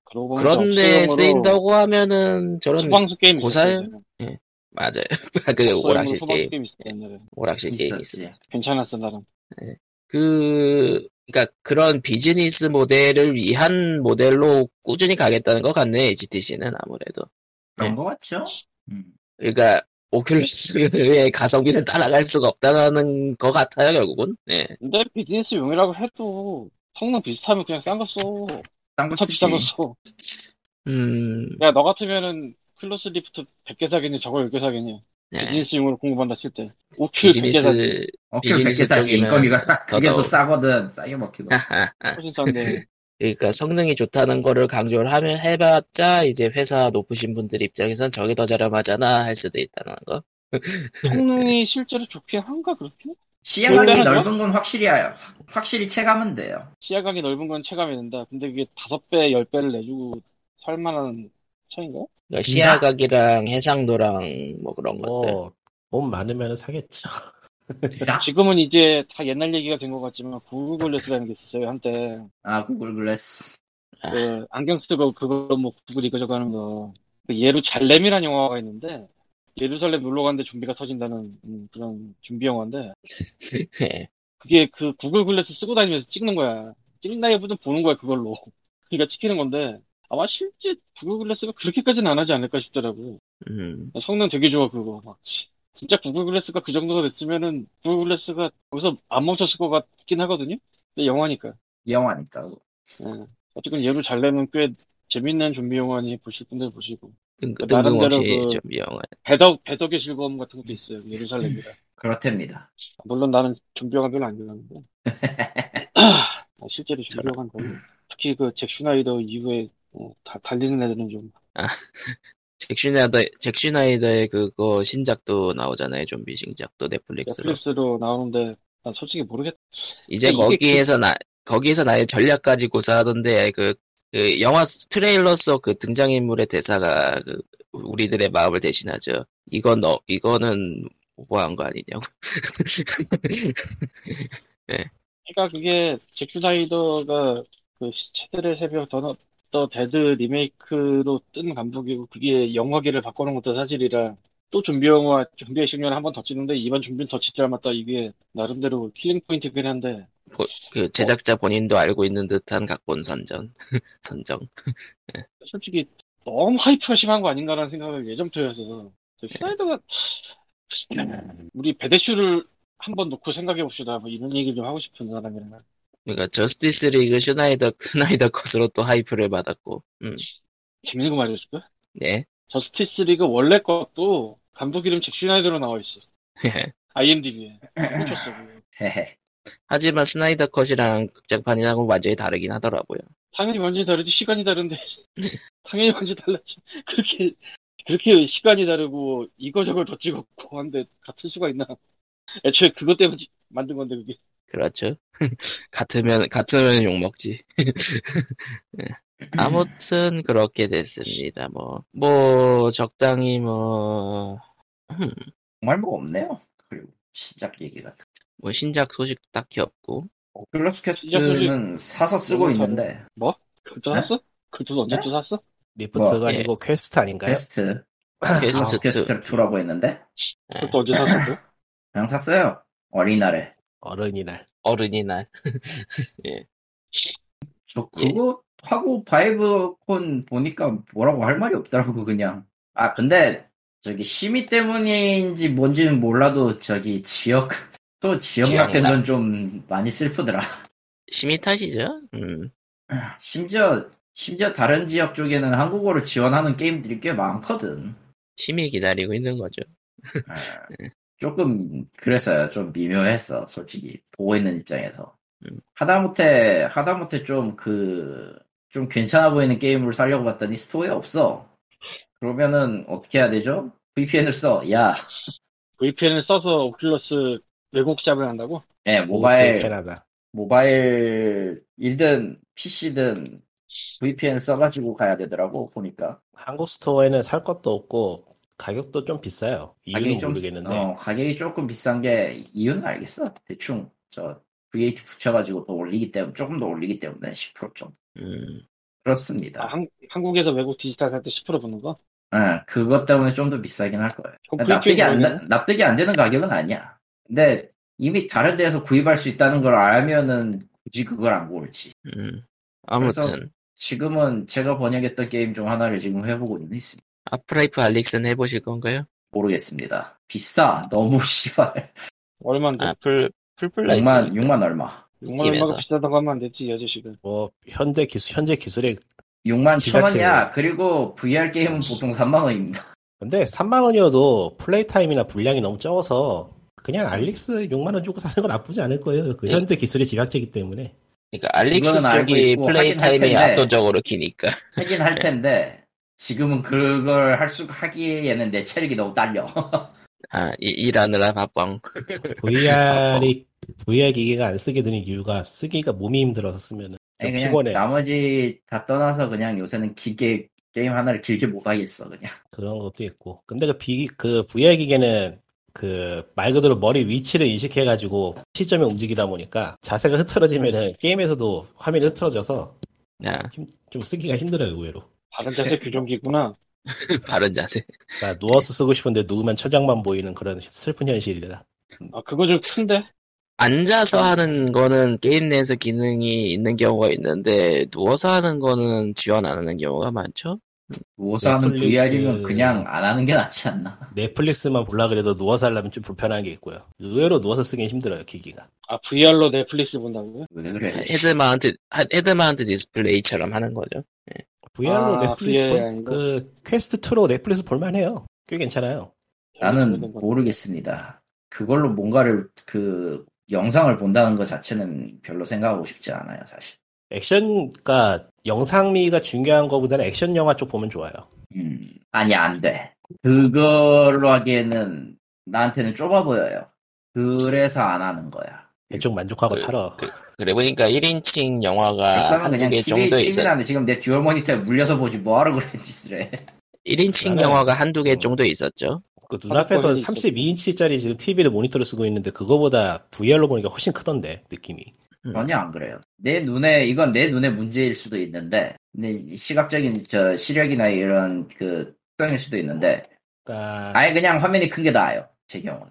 C: 그러고 보니까
A: 그런데
C: 업소용으로
A: 쓰인다고 하면은 저런
C: 소방수 게임
A: 고사요?
C: 있었어요. 옛날에.
A: 맞아요. 그
C: 업소용으로
A: 오락실
C: 소방수
A: 게임,
C: 게임 있었어 옛날에.
A: 오락실 게임 있어.
B: 있었지.
C: 괜찮았어 나름.
A: 그, 그니까 그런 비즈니스 모델을 위한 모델로 꾸준히 가겠다는 것 같네, HTC는 아무래도.
B: 그런
A: 네.
B: 거 같죠? 음.
A: 그러니까, 오큘러스의 가성비를 따라갈 수가 없다는 것 같아요, 결국은. 네.
C: 근데 비즈니스용이라고 해도 성능 비슷하면 그냥 싼 거 써.
B: 딴거
C: 더
B: 쓰지.
C: 비싼 거 써.
A: 음,
C: 야 너 같으면은 클로스 리프트 100개 사겠니 저걸 10개 사겠냐.
A: 네.
C: 비즈니스용으로 공급한다 칠 때. 오킬 100개 사지.
A: 비즈니스,
B: 어깨
A: 비즈니스
B: 100개 사기
A: 쪽이면
B: 인건비가 그게 더
A: 더더욱.
B: 싸거든. 싸게 먹히고.
A: 하하.
C: 훨씬 싼데.
A: 그러니까 성능이
C: 네.
A: 좋다는 거를 강조를 하면 해봤자, 이제 회사 높으신 분들 입장에선 저게 더 저렴하잖아, 할 수도 있다는 거.
C: 성능이 실제로 좋긴 한가 그렇게?
B: 시야각이
C: 원래는
B: 넓은 건 확실히 알- 확- 확실히 체감은 돼요.
C: 시야각이 넓은 건 체감이 된다. 근데 그게 다섯 배, 열 배를 내주고 살 만한 차인가?
A: 그러니까 시야각이랑 해상도랑 뭐 그런
C: 어.
A: 것들.
D: 뭐, 돈 많으면 사겠죠.
B: 야?
C: 지금은 이제 다 옛날 얘기가 된 것 같지만 구글 글래스라는 게 있었어요 한때.
B: 아 구글 글래스.
C: 그 안경 쓰고 그걸로 뭐 구글 이거저거 하는 거. 그 예루 잘렘이라는 영화가 있는데 예루살렘 놀러 갔는데 좀비가 터진다는 음, 그런 좀비 영화인데
A: 예.
C: 그게 그 구글 글래스 쓰고 다니면서 찍는 거야. 찍나이보다 보는 거야 그걸로. 그러니까 찍히는 건데 아마 실제 구글 글래스가 그렇게까지는 안 하지 않을까 싶더라고.
A: 음.
C: 성능 되게 좋아 그거 막 씨, 진짜 구글 글래스가 그 정도가 됐으면은 구글 글래스가 여기서 안 멈췄을 것 같긴 하거든요 근데 영화니까
B: 이 영화니까.
C: 예. 어쨌든 예를 잘 내면 꽤 재밌는 좀비 영화니 보실 분들 보시고
A: 뜬-
C: 그
A: 뜬금없이
C: 나름대로 그-
A: 좀 영화.
C: 배덕 배덕의 즐거움 같은 것도 있어요 예루살렘이라
B: 그렇답니다.
C: 물론 나는 좀비 영화 별로 안 좋아하는데 아, 실제로 좀비 영화는 별로. 특히 그 잭 슈나이더 이후에 어, 다, 달리는 애들은 좀
A: 잭슈나이더 잭슈나이더의 그거 신작도 나오잖아요. 좀비 신작도 넷플릭스로.
C: 넷플릭스로 나오는데 난 솔직히 모르겠.
A: 이제
C: 이게
A: 거기에서 나 거기에서 나의 전략까지 고사하던데 그, 그 영화 트레일러 속 그 등장인물의 대사가 그 우리들의 마음을 대신하죠. 이건 너 이거는 오버한 거 아니냐고.
C: 그러니까 그게 제큐나이더가 그 시체들의 새벽 더더 데드 리메이크로 뜬 감독이고 그게 영화계를 바꿔놓은 것도 사실이라 또 좀비 영화 좀비의 식년을 한 번 더 찍는데 이번 좀비는 더 진짜 맞다 이게 나름대로 킬링 포인트긴 한데
A: 그 제작자 본인도 알고 있는 듯한 각본 선정 선정.
C: 솔직히 너무 하이프가 심한 거 아닌가라는 생각을 예전부터 해서 슈나이더가 우리 베데슈를 한 번 놓고 생각해 봅시다 뭐 이런 얘기 좀 하고 싶은 사람이라
A: 그러니까 저스티스 리그 슈나이더 슈나이더 컷으로 또 하이프를 받았고. 음.
C: 재밌는 거 말해줄까?
A: 네.
C: 저스티스 리그 원래 것도 감독 이름 잭 슈나이더로 나와 있어. IMDb에. 꽂혔어, 그거.
B: 헤헤.
A: 하지만 스나이더 컷이랑 극장판이랑은 완전히 다르긴 하더라고요.
C: 당연히 완전히 다르지, 시간이 다른데. 당연히 완전히 달랐지. 그렇게, 그렇게 시간이 다르고, 이거저걸 더 찍었고 한데, 같을 수가 있나. 애초에 그것 때문에 지- 만든 건데, 그게.
A: 그렇죠. 같으면, 같으면 욕먹지. 예. 아무튼, 그렇게 됐습니다. 뭐, 뭐, 적당히 뭐, 음,
B: 정말 뭐 없네요. 그리고 시작 얘기 같은.
A: 뭐, 신작 소식 딱히 없고.
B: 어, 오큘러스 퀘스트는 사서 쓰고
C: 너무
B: 있는데
C: 글도
B: 네?
C: 샀어? 글도 언제 또 샀어?
D: 리프트가
A: 뭐, 예.
D: 아니고 퀘스트 아닌가요?
B: 퀘스트 오큘러스
A: 퀘스트 네. 2.
B: 퀘스트 2라고 했는데
C: 글도 언제 샀어? 또?
B: 그냥 샀어요. 어린날에.
D: 어른이날.
A: 어른이날.
B: 저 그거 하고 바이브콘 보니까 뭐라고 할 말이 없더라고 그냥. 아 근데 저기 심의 때문인지 뭔지는 몰라도 저기 지역 또 지역
A: 지역이다.
B: 낙견전 좀 많이 슬프더라.
A: 심의 탓이죠? 음.
B: 심지어 심지어 다른 지역 쪽에는 한국어를 지원하는 게임들이 꽤 많거든.
A: 심의 기다리고 있는 거죠.
B: 아, 조금 그래서요 좀 미묘했어 솔직히 보고 있는 입장에서
A: 음.
B: 하다못해 하다못해 좀 그 좀 괜찮아 보이는 게임을 사려고 봤더니 스토어에 없어 그러면은 어떻게 해야 되죠? VPN을 써야
C: VPN을 써서 오큘러스 외국 샵을 한다고?
B: 예
D: 오케이,
B: 모바일
D: 캐나다.
B: 모바일 일든 PC든 VPN을 써가지고 가야 되더라고 보니까
D: 한국 스토어에는 살 것도 없고 가격도 좀 비싸요. 이유는 모르겠는데.
B: 어, 가격이 조금 비싼 게 이유는 알겠어 대충 저 VAT 붙여가지고 더 올리기 때문에 조금 더 올리기 때문에 10% 정도
A: 음.
B: 그렇습니다.
C: 아, 한, 한국에서 외국 디지털 살 때 10% 붙는 거?
B: 예, 그것 때문에 좀 더 비싸긴 할 거예요.
C: 그럼
B: 그러니까
C: 그렇게
B: 납득이 안,
C: 해요?
B: 나- 납득이 안 되는 가격은 아니야. 근데 이미 다른 데에서 구입할 수 있다는 걸 알면은 굳이 그걸 안 고를지.
A: 음. 아무튼,
B: 그래서- 지금은 제가 번역했던 게임 중 하나를 지금 해보고 있는 있습니다.
A: 아프라이프 알릭슨 해보실 건가요?
B: 모르겠습니다. 비싸. 너무 씨발.
C: 얼마인데?
A: 아, 풀, 풀플라
B: 6만,
A: 있으니까.
B: 6만 얼마.
C: 6만
A: 스팀에서.
C: 얼마가 비싸다고 하면 안 되지, 이 아저씨가.
D: 뭐 현대 기술 현재 기술에
B: 6만 천
D: 지각제네.
B: 원이야. 그리고 VR 게임은 보통 3만 원입니다.
D: 근데 3만 원이어도 플레이 타임이나 분량이 너무 적어서 그냥 알릭스 6만 원 주고 사는 건 나쁘지 않을 거예요. 그
A: 예.
D: 현대 기술의 집약제이기 때문에.
A: 그러니까, 알릭슨
B: 이거는 알고
A: 쪽이
B: 있고
A: 플레이
B: 하긴 할
A: 타임이
B: 텐데.
A: 압도적으로 기니까.
B: 하긴 할 텐데, 지금은 그걸 할 수, 하기에는 내 체력이 너무 딸려.
A: 아, 이- 일하느라 바빵.
D: VR이 VR 기기가 안 쓰게 되는 이유가 쓰기가 몸이 힘들어서 쓰면은 좀
B: 아니, 그냥
D: 피곤해.
B: 나머지 다 떠나서 그냥 요새는 길게 게임 하나를 길게 못 하겠어 그냥
D: 그런 것도 있고. 근데 그 비, 그 VR 기계는 그 말 그대로 머리 위치를 인식해가지고 시점에 움직이다 보니까 자세가 흐트러지면은 게임에서도 화면이 흐트러져서
A: 아,
D: 좀 쓰기가 힘들어요, 의외로.
C: 다른 자세 교정기구나.
A: 바른 자세.
D: 그러니까 누워서 쓰고 싶은데 누우면 천장만 보이는 그런 슬픈 현실이라.
C: 아, 그거 좀 큰데?
A: 앉아서 하는 거는 게임 내에서 기능이 있는 경우가 있는데 누워서 하는 거는 지원 안 하는 경우가 많죠.
B: 누워서 하는
D: 넷플릭스-
B: VR이면 그냥 안 하는 게 낫지 않나
D: 넷플릭스만 볼라 그래도 누워서 하려면 좀 불편한 게 있고요. 의외로 누워서 쓰기 힘들어요, 기기가.
C: 아, VR로 넷플릭스 본다고요?
B: 왜 그래
A: 헤드 마운트 헤드 마운트 디스플레이처럼 하는 거죠.
D: VR로
C: 아,
D: 넷플릭스
C: VR
D: 볼,
C: 아닌가?
D: 그 퀘스트 2로 넷플릭스 볼만해요. 꽤 괜찮아요.
B: 나는
C: 재밌는 거.
B: 모르겠습니다 그걸로 뭔가를 그 영상을 본다는 것 자체는 별로 생각하고 싶지 않아요 사실
D: 액션, 그니까, 영상미가 중요한 것보다는 액션 영화 쪽 보면 좋아요.
B: 음 아니 안돼 그걸로 하기에는 나한테는 좁아 보여요 그래서 안 하는 거야
D: 대충 만족하고
B: 네.
A: 그-
D: 살아.
A: 그래 보니까 1인칭 영화가
B: 그러니까 그러면
A: 아, 한두
B: 그냥
A: 개
B: TV,
A: 정도 있어.
B: TV라는데 지금 내 듀얼 모니터에 물려서 보지 뭐하러 그런 짓을 해.
A: 1인칭
D: 나는-
A: 영화가 한두 개
B: 어.
D: 음.
A: 정도 있었죠.
D: 그
B: 네.
D: 눈앞에서
C: 한국권이
D: 32인치짜리 지금 TV를 모니터로 쓰고 있는데 그거보다 VR로 보니까 훨씬 크던데 느낌이.
B: 전혀 안 그래요. 내 눈에 이건 내 눈의 문제일 수도 있는데, 근데 이 시각적인 저 시력이나 이런 그 특성일 수도 있는데,
D: 그러니까
B: 아예 그냥 화면이 큰 게 나아요. 제 경우는.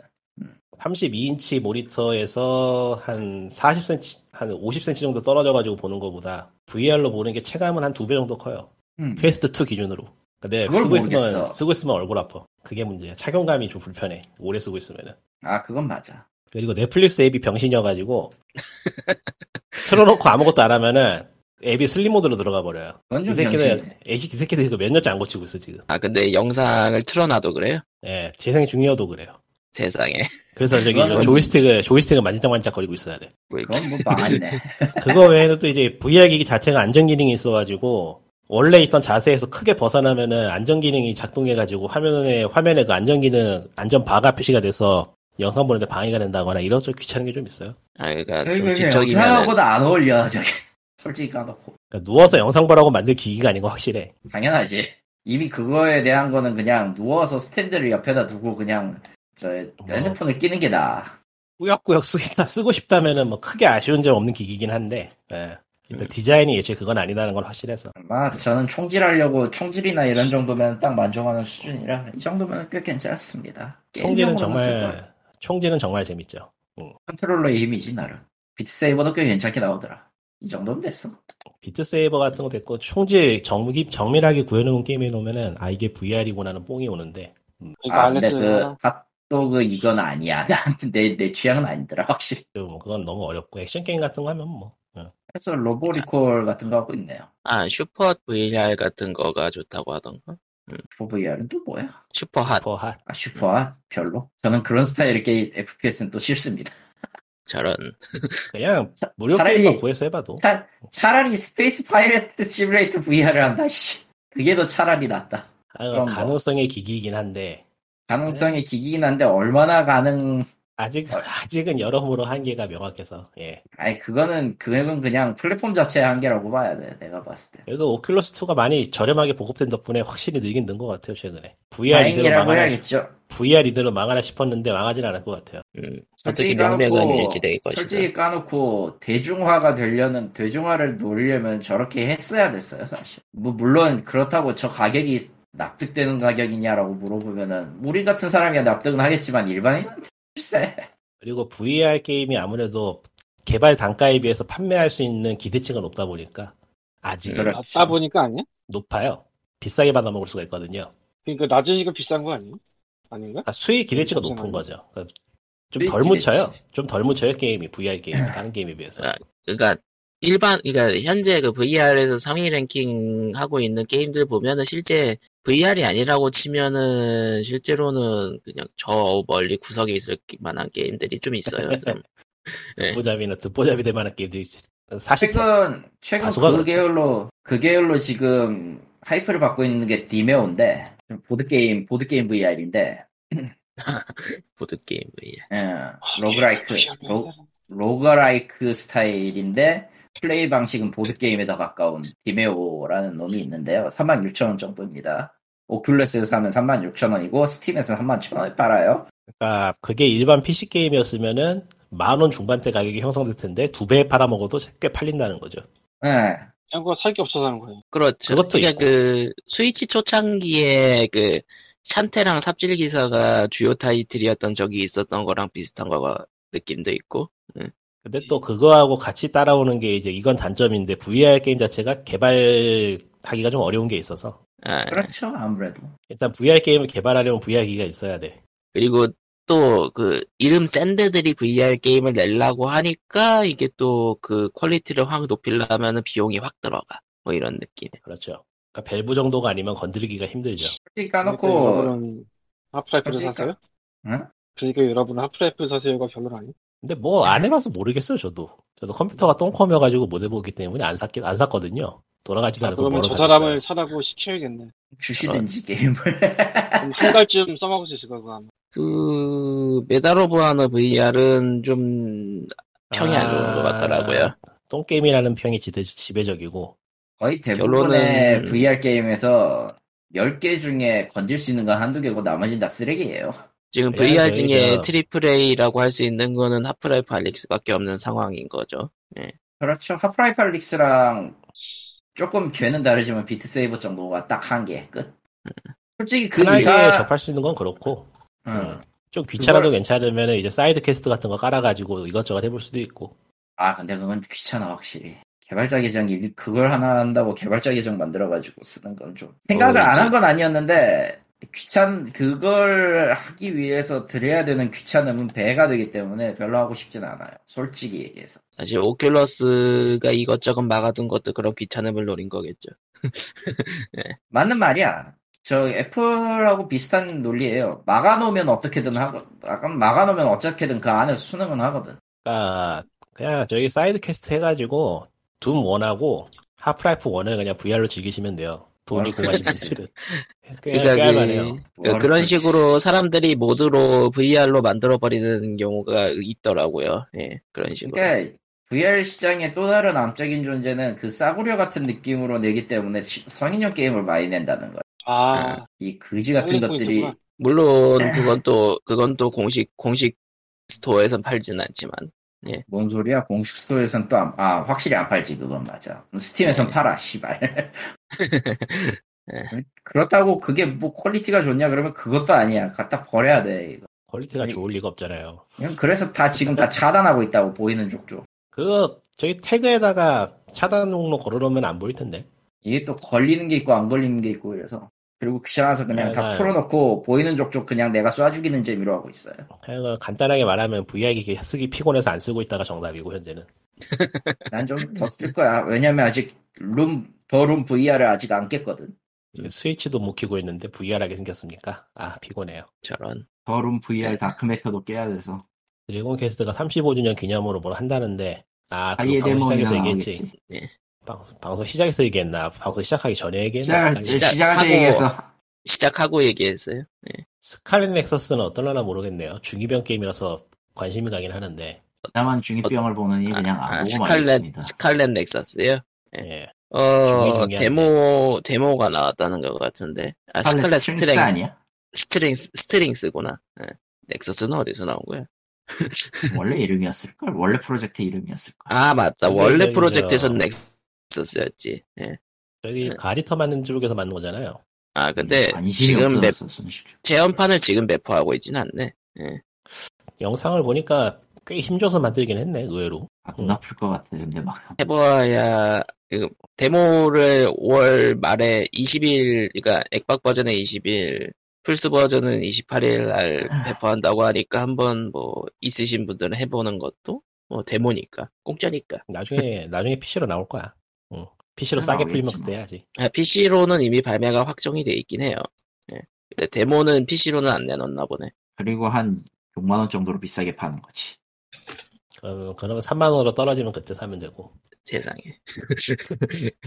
D: 32인치 모니터에서 한 40cm, 한 50cm 정도 떨어져가지고 보는 거보다 VR로 보는 게 체감은 한 두 배 정도 커요.
B: 음.
D: 퀘스트 2 기준으로. 근데
B: 그걸
D: 쓰고
B: 모르겠어.
D: 있으면 쓰고 있으면 얼굴 아파. 그게 문제야. 착용감이 좀 불편해. 오래 쓰고 있으면은.
B: 아 그건 맞아.
D: 그리고 넷플릭스 앱이 병신이어가지고 틀어놓고 아무것도 안 하면은 앱이 슬림 모드로 들어가 버려요.
B: 그건
D: 이
B: 좀
D: 새끼들
B: 병신이네.
D: 애기 이 새끼들 이거 몇 년째 안 고치고 있어 지금.
A: 아 근데 영상을 틀어놔도 그래요?
D: 예, 재생 중이어도 그래요.
A: 세상에.
D: 그래서 저기
B: 그거는-
D: 저 조이스틱을 조이스틱을 만지작만지작 거리고 있어야 돼.
A: 뭐 이렇게.
B: 그건 뭐 망했네.
D: 그거 외에는 또 이제 VR 기기 자체가 안전 기능이 있어가지고 원래 있던 자세에서 크게 벗어나면은 안전 기능이 작동해가지고 화면에 화면에 그 안전 기능 안전 바가 표시가 돼서 영상 보는데 방해가 된다거나 이런 좀 귀찮은 게 좀 있어요.
A: 아 그러니까 좀 뒤척이면
B: 영상하고도 안 어울려 저게. 솔직히 까놓고
D: 그러니까 누워서 영상 보라고 만든 기기가 아닌 건 확실해.
B: 당연하지. 이미 그거에 대한 거는 그냥 누워서 스탠드를 옆에다 두고 그냥 저
D: 어.
B: 핸드폰을 끼는 게 나아.
D: 꾸역꾸역 쓰겠다 쓰고 싶다면은 뭐 크게 아쉬운 점 없는 기기긴 한데 예. 일단 디자인이 예초에 그건 아니다는 걸 확실해서
B: 아마 저는 총질하려고 총질이나 이런 정도면 딱 만족하는 수준이라 이 정도면 꽤 괜찮습니다.
D: 총질은
B: 게임용으로는 쓸 거예요.
D: 정말 총질은 정말 재밌죠.
B: 컨트롤러의 힘이지 나름. 비트세이버도 꽤 괜찮게 나오더라. 이 정도면 됐어.
D: 비트 세이버 같은 거 됐고 총질 정밀 정밀하게 구현해놓은 게임에 놓으면은 아 이게 VR이구나는 뽕이 오는데
C: 그러니까
B: 아, 근데
C: 알렉스
B: 그 핫도그 이건 아니야. 나한테 내, 내 취향은 아니더라 확실히.
D: 좀뭐 그건 너무 어렵고 액션 게임 같은 거 하면 뭐 어.
B: 그래서 로보리콜 같은 거 하고 있네요.
A: 아 슈퍼 VR 같은 거가 좋다고 하던가?
B: VR은 또 뭐야?
A: 슈퍼핫
D: 버핫
B: 아 슈퍼아 별로. 저는 그런 스타일의 게임 FPS는 또 싫습니다.
A: 저런
D: 그냥
B: 차-
D: 무료
B: 차라리-
D: 게임만 구해서 해봐도
B: 차, 차라리 스페이스 파이레트 시뮬레이터 VR을 한다. 씨. 그게 더 차라리 낫다.
D: 아,
B: 그런 거.
D: 가능성의 기기이긴 한데
B: 가능성이 기기긴 한데 얼마나 가능?
D: 아직
B: 어.
D: 아직은 여러모로 한계가 명확해서 예
B: 아니 그거는 그건 그냥 플랫폼 자체의 한계라고 봐야 돼. 내가 봤을 때.
D: 그래도 오큘러스 2가 많이 저렴하게 보급된 덕분에 확실히 늘긴 는 것 같아요 최근에 VR 이대로
B: 다행이라고
D: 망하나 싶,
B: 해야겠죠.
D: VR 이대로 망하나 싶었는데 망하진 않을 것 같아요.
A: 음,
B: 솔직히
A: 어떻게 명맥은
B: 까놓고-
A: 일치될 것이다.
B: 솔직히 까놓고 대중화가 되려는 대중화를 노리려면 저렇게 했어야 됐어요 사실. 뭐 물론 그렇다고 저 가격이 납득되는 가격이냐라고 물어보면은 우리 같은 사람이야 납득은 하겠지만 일반인은 글쎄.
D: 그리고 VR 게임이 아무래도 개발 단가에 비해서 판매할 수 있는 기대치가 높다 보니까 아직은
A: 그래.
C: 낮다 보니까 아니야?
D: 높아요. 비싸게 받아먹을 수가 있거든요.
C: 그러니까 낮으니까 비싼 거 아니야? 아닌가?
D: 그러니까 수익 기대치가
C: 그렇구나.
D: 높은 거죠. 그러니까
B: 수익
D: 좀덜
B: 기대치. 예.
D: 묻혀요. 좀 덜 묻혀요 게임이 VR 게임 다른 게임에 비해서.
A: 아, 그러니까 일반 그러니까 현재 그 VR에서 상위 랭킹 하고 있는 게임들 보면은 실제 VR이 아니라고 치면은 실제로는 그냥 저 멀리 구석에 있을 만한 게임들이 좀 있어요. 좀. 네.
D: 듣보잡이나 듣보잡이 될 만한 게임들이 사실
B: 최근 최근 그
D: 다수가 그렇죠.
B: 계열로 그 계열로 지금 하이프를 받고 있는 게 디메오인데 보드 게임 보드 게임 VR인데 예,
A: 보드 게임 VR.
B: 로그라이크 로, 로그라이크 스타일인데 플레이 방식은 보드 게임에 더 가까운 디메오라는 놈이 있는데요. 36,000원 정도입니다. 오큘러스에서 사면 36,000원이고 스팀에서 31,000원에 팔아요.
D: 그러니까 그게 일반 PC 게임이었으면은 만 원 중반대 가격이 형성될 텐데 두 배에 팔아먹어도 꽤 팔린다는 거죠.
B: 예.
C: 그거 살 게 없어서 하는 거예요.
A: 그렇죠.
D: 그것도
A: 그러니까
D: 있고.
A: 그 스위치 초창기에 그 샨테랑 삽질 기사가 주요 타이틀이었던 적이 있었던 거랑 비슷한 거가 느낌도 있고.
D: 근데 또 그거하고 같이 따라오는 게 이제 이건 단점인데 VR 게임 자체가 개발하기가 좀 어려운 게 있어서
A: 아,
B: 그렇죠. 아무래도.
D: 일단 VR 게임을 개발하려면 VR 기기가 있어야 돼.
A: 그리고 또 그 이름 샌드들이 VR 게임을 내려고 하니까 이게 또 그 퀄리티를 확 높이려면 비용이 확 들어가. 뭐 이런 느낌.
D: 그렇죠. 그러니까 밸브 정도가 아니면 건드리기가 힘들죠.
B: 솔직히
C: 그러니까
B: 까놓고
C: 여러분은 하프라이프를
B: 그러니까.
C: 사세요?
B: 응?
C: 그러니까 여러분은 하프라이프 사세요가 결론 아니에요?
D: 근데 뭐 안 해봐서 모르겠어요 저도. 저도 컴퓨터가 똥컴이어가지고 못 해보기 때문에 안 샀긴 안 샀거든요. 돌아가지도 않고
C: 그러면
D: 뭐로
C: 저
D: 사겠어요.
C: 사람을 사라고 시켜야겠네.
B: 주시든지 게임을
C: 그럼 한 달쯤 써먹을 수 있을 거고 아마.
A: 그 메달 오브 하너 VR은 좀 평이 안 좋은 것 같더라고요.
D: 아, 똥게임이라는 평이 지대, 지배적이고
B: 거의 대부분의
A: 결론은-
B: VR 게임에서 10개 중에 건질 수 있는 건 한두 개고 나머지는 다 쓰레기예요.
A: 지금
D: 그냥
A: VR 중에
D: 저희가-
A: 트리플 A라고 할 수 있는 거는 하프라이프 알릭스밖에 없는 상황인 거죠.
B: 그렇죠. 하프라이프 알릭스랑 조금 괴는 다르지만 비트 세이버 정도가 딱 한 개 끝. 솔직히 그
D: 편하게
B: 이상
D: 접할 수 있는 건 그렇고
B: 응.
D: 좀 귀찮아도
B: 그걸-
D: 괜찮으면 이제 사이드 퀘스트 같은 거 깔아가지고 이것저것 해볼 수도 있고
B: 아 근데 그건 귀찮아 확실히. 개발자 계정 이 그걸 하나 한다고 개발자 계정 만들어가지고 쓰는 건 좀 생각을
A: 어,
B: 안
A: 이제-
B: 한 건 아니었는데 귀찮 그걸 하기 위해서 들여야 되는 귀찮음은 배가 되기 때문에 별로 하고 싶진 않아요. 솔직히 얘기해서.
A: 사실 오큘러스가 이것저것 막아둔 것도 그런 귀찮음을 노린 거겠죠.
B: 맞는 말이야. 저 애플하고 비슷한 논리예요. 막아놓으면 어떻게든 하고, 약간 막아놓으면 어떻게든 그 안에서 수능은 하거든.
D: 그러니까 그냥 저기 사이드 퀘스트 해가지고 둠 원하고 하프라이프 원을 그냥 VR로 즐기시면 돼요. 돈이
B: 어,
D: 고만
B: 그렇지.
D: 있으면
A: 그러니까
C: 예,
D: 그냥 깨알만해요.
B: 아,
A: 그, 그런 식으로 사람들이 모드로 VR로 만들어버리는 경우가 있더라고요. 예, 그런 식으로.
B: 그러니까 VR 시장의 또 다른 암적인 존재는 그 싸구려 같은 느낌으로 내기 때문에 시- 성인용 게임을 많이 낸다는 거야.
C: 아,
B: 이 거지 같은
C: 성인용
B: 것들이
C: 게임이구나.
A: 물론 그건 또 그건 또 공식 공식 스토어에선 팔진 않지만
B: 뭔 소리야? 공식 스토어에선 또 안- 아, 확실히 안 팔지, 그건 맞아.
A: 네.
B: 스팀에선 팔아, 씨발. 그렇다고 그게 뭐 퀄리티가 좋냐? 그러면 그것도 아니야. 갖다 버려야 돼, 이거.
D: 퀄리티가
B: 아니-
D: 좋을 리가 없잖아요.
B: 그냥 그래서 다 지금 다 차단하고 있다고 보이는 족족.
D: 그거 저기 태그에다가 차단 목록 걸어놓으면 안 보일 텐데.
B: 이게 또 걸리는 게 있고 안 걸리는 게 있고 그래서 그리고 귀찮아서 그냥 다
D: 네.
B: 풀어놓고 보이는 족족 그냥 내가 쏴 죽이는 재미로 하고 있어요.
D: 그냥 간단하게 말하면 VR 기기 쓰기 피곤해서 안 쓰고 있다가 정답이고 현재는.
B: 난 좀 더 쓸 거야. 왜냐면 아직 룸, 더 룸 VR을 아직 안 깼거든.
D: 스위치도 못 키고 있는데 VR하게 생겼습니까? 아 피곤해요.
A: 저런
B: 더 룸 VR 다크메터도 깨야 돼서.
D: 드래곤 퀘스트가 35주년 기념으로 뭘 한다는데 아그 방송 시작에서 얘기했지. 방, 방송 시작에서 얘기했나? 방송 시작하기 전에 얘기했나?
B: 시작,
D: 헷갈리네.
A: 시작-
B: 시작할
A: 하고-
B: 때 얘기해서.
A: 시작하고 얘기했어요.
D: 스칼렛 넥서스는 어떨려나 모르겠네요. 중이병 게임이라서 관심이 가긴 하는데.
B: 나만 중이병을 보느니 그냥 안 보고
A: 아, 스칼렛 아,
B: 말겠습니다.
A: 스칼렛 넥서스요. 네.
D: 예.
A: 어
D: 중요한 게
A: 데모 데모가 나왔다는 것 같은데 아 스칼렛
B: 스트렝스
A: 스트링
B: 아니야?
A: 스트링 스트링스구나. 예. 넥서스는 어디서 나온 거야?
B: 원래 이름이었을걸? 원래 프로젝트 이름이었을걸?
A: 아 맞다
D: 근데
A: 원래
D: 저기
A: 프로젝트에서
D: 저-
A: 넥서스였지. 예.
D: 저기
A: 네.
D: 가리터 만든 쪽에서 만든 거잖아요.
A: 아 근데
B: 관심이
A: 지금 맵,
B: 없어서 손실.
A: 체험판을 지금 배포하고 있진 않네.
D: 영상을 보니까 꽤 힘줘서 만들긴 했네. 의외로.
B: 아, 눈 아플 것 같아. 근데 막
A: 해봐야 그 데모를 5월 말에 20일 그러니까 액박 버전은 20일 플스 버전은 28일 날
B: 아.
A: 배포한다고 하니까 한번 뭐 있으신 분들은 해보는 것도 뭐 데모니까 공짜니까
D: 나중에 나중에 PC로 나올 거야. 응. PC로 싸게 풀리면
B: 나오겠지,
D: 그때
B: 뭐.
D: 해야지.
A: PC로는 아, 이미 발매가 확정이 돼 있긴 해요. 예. 근데 데모는 PC로는 안 내놓나 보네.
B: 그리고 한 6만 원 정도로 비싸게 파는 거지.
D: 그러면, 그러면 3만 원으로 떨어지면 그때 사면 되고.
A: 세상에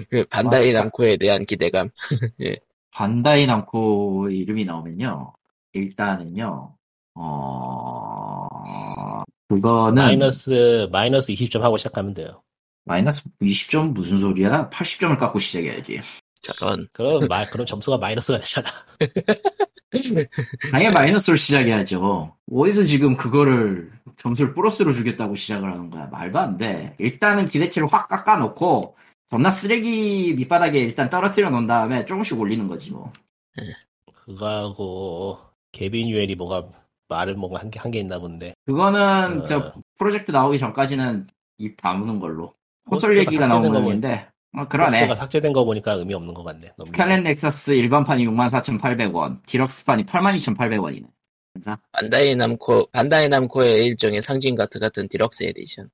A: 그 반다이
B: 맞다.
A: 남코에 대한 기대감
B: 반다이 남코 이름이 나오면요. 일단은요. 어 그거는
D: 마이너스 마이너스 20점 하고 시작하면 돼요.
B: 마이너스 20점 무슨 소리야? 80점을 깎고 시작해야지.
A: 저런
D: 그럼 마, 그럼 점수가 마이너스가 되잖아.
B: 당연히 마이너스로 시작해야죠. 어디서 지금 그거를 점수를 플러스로 주겠다고 시작을 하는 거야. 말도 안 돼. 일단은 기대치를 확 깎아놓고 존나 쓰레기 밑바닥에 일단 떨어뜨려 놓은 다음에 조금씩 올리는 거지 뭐.
D: 그거하고 개빈 유엘이 뭐가 말을 뭔가 한 게 한 게 있나 본데.
B: 그거는
D: 어.
B: 저 프로젝트 나오기 전까지는 입 다무는 걸로.
D: 호스트가
B: 호텔 얘기가 나오는
D: 삭제된 거
B: 건데. 어, 그러네.
D: 가 삭제된 거 보니까 의미 없는 것 같네. 너무
B: 스칼렛 넥서스 일반판이 64,800원, 디럭스판이 82,800원이네.
A: 반다이 남코 반다이 남코의 일종의 상징 같은 같은 디럭스 에디션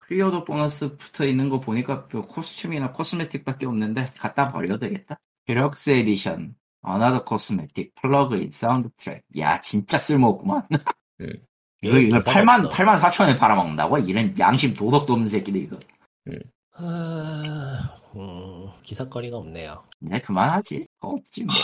B: 클리어도 보너스 붙어 있는 거 보니까 그 코스튬이나 코스메틱밖에 없는데 갖다 버려도 되겠다. 디럭스 에디션, 어나더 코스메틱, 플러그인, 사운드 트랙. 야, 진짜 쓸모없구만.
D: 예,
B: 이거, 이걸 8만, 8만 4천원에 팔아먹는다고? 이런 양심 도덕도 없는 새끼들 이거.
D: 아, 음, 기사거리가 없네요.
B: 이제 그만하지. 더 없지 뭐.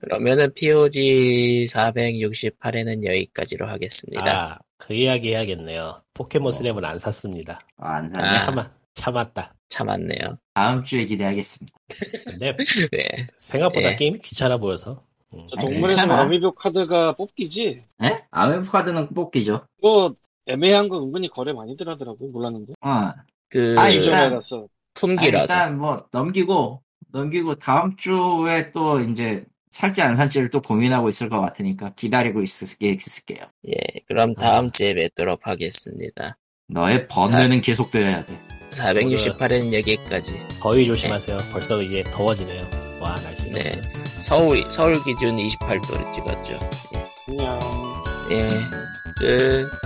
A: 그러면은 POG 468회는 여기까지로 하겠습니다.
D: 아, 그 이야기 해야겠네요. 포켓몬 슬램을 안 샀습니다.
B: 아, 안
A: 아.
B: 사네.
D: 참아, 참았다.
A: 참았네요.
B: 다음 주에 기대하겠습니다.
D: 근데
A: 네.
D: 생각보다
A: 예.
D: 게임이 귀찮아 보여서. 음.
C: 저
B: 아니,
C: 동물에서
B: 괜찮아.
C: 아미묘 카드가 뽑기지?
B: 에? 아메프 카드는 뽑기죠.
C: 그거 애매한 거 은근히 거래 많이들 하더라고 몰랐는데. 네.
B: 어.
A: 그
B: 아,
C: 이전에
B: 일단-
C: 알았어.
B: 아,
A: 품기라서
B: 일단 뭐 넘기고 넘기고 다음 주에 또 이제 살지 안 살지를 또 고민하고 있을 것 같으니까 기다리고 있을게, 있을게요.
A: 예 그럼 다음
D: 아.
A: 주에 뵙도록 하겠습니다.
B: 너의 번뇌는 계속되어야 돼.
A: 468은 여기까지.
D: 더위 조심하세요. 벌써 이제 더워지네요. 와, 날씨가.
A: 네.
D: 무슨.
A: 서울 서울 기준 28도를 찍었죠.
C: 그냥.
A: 예. 끝.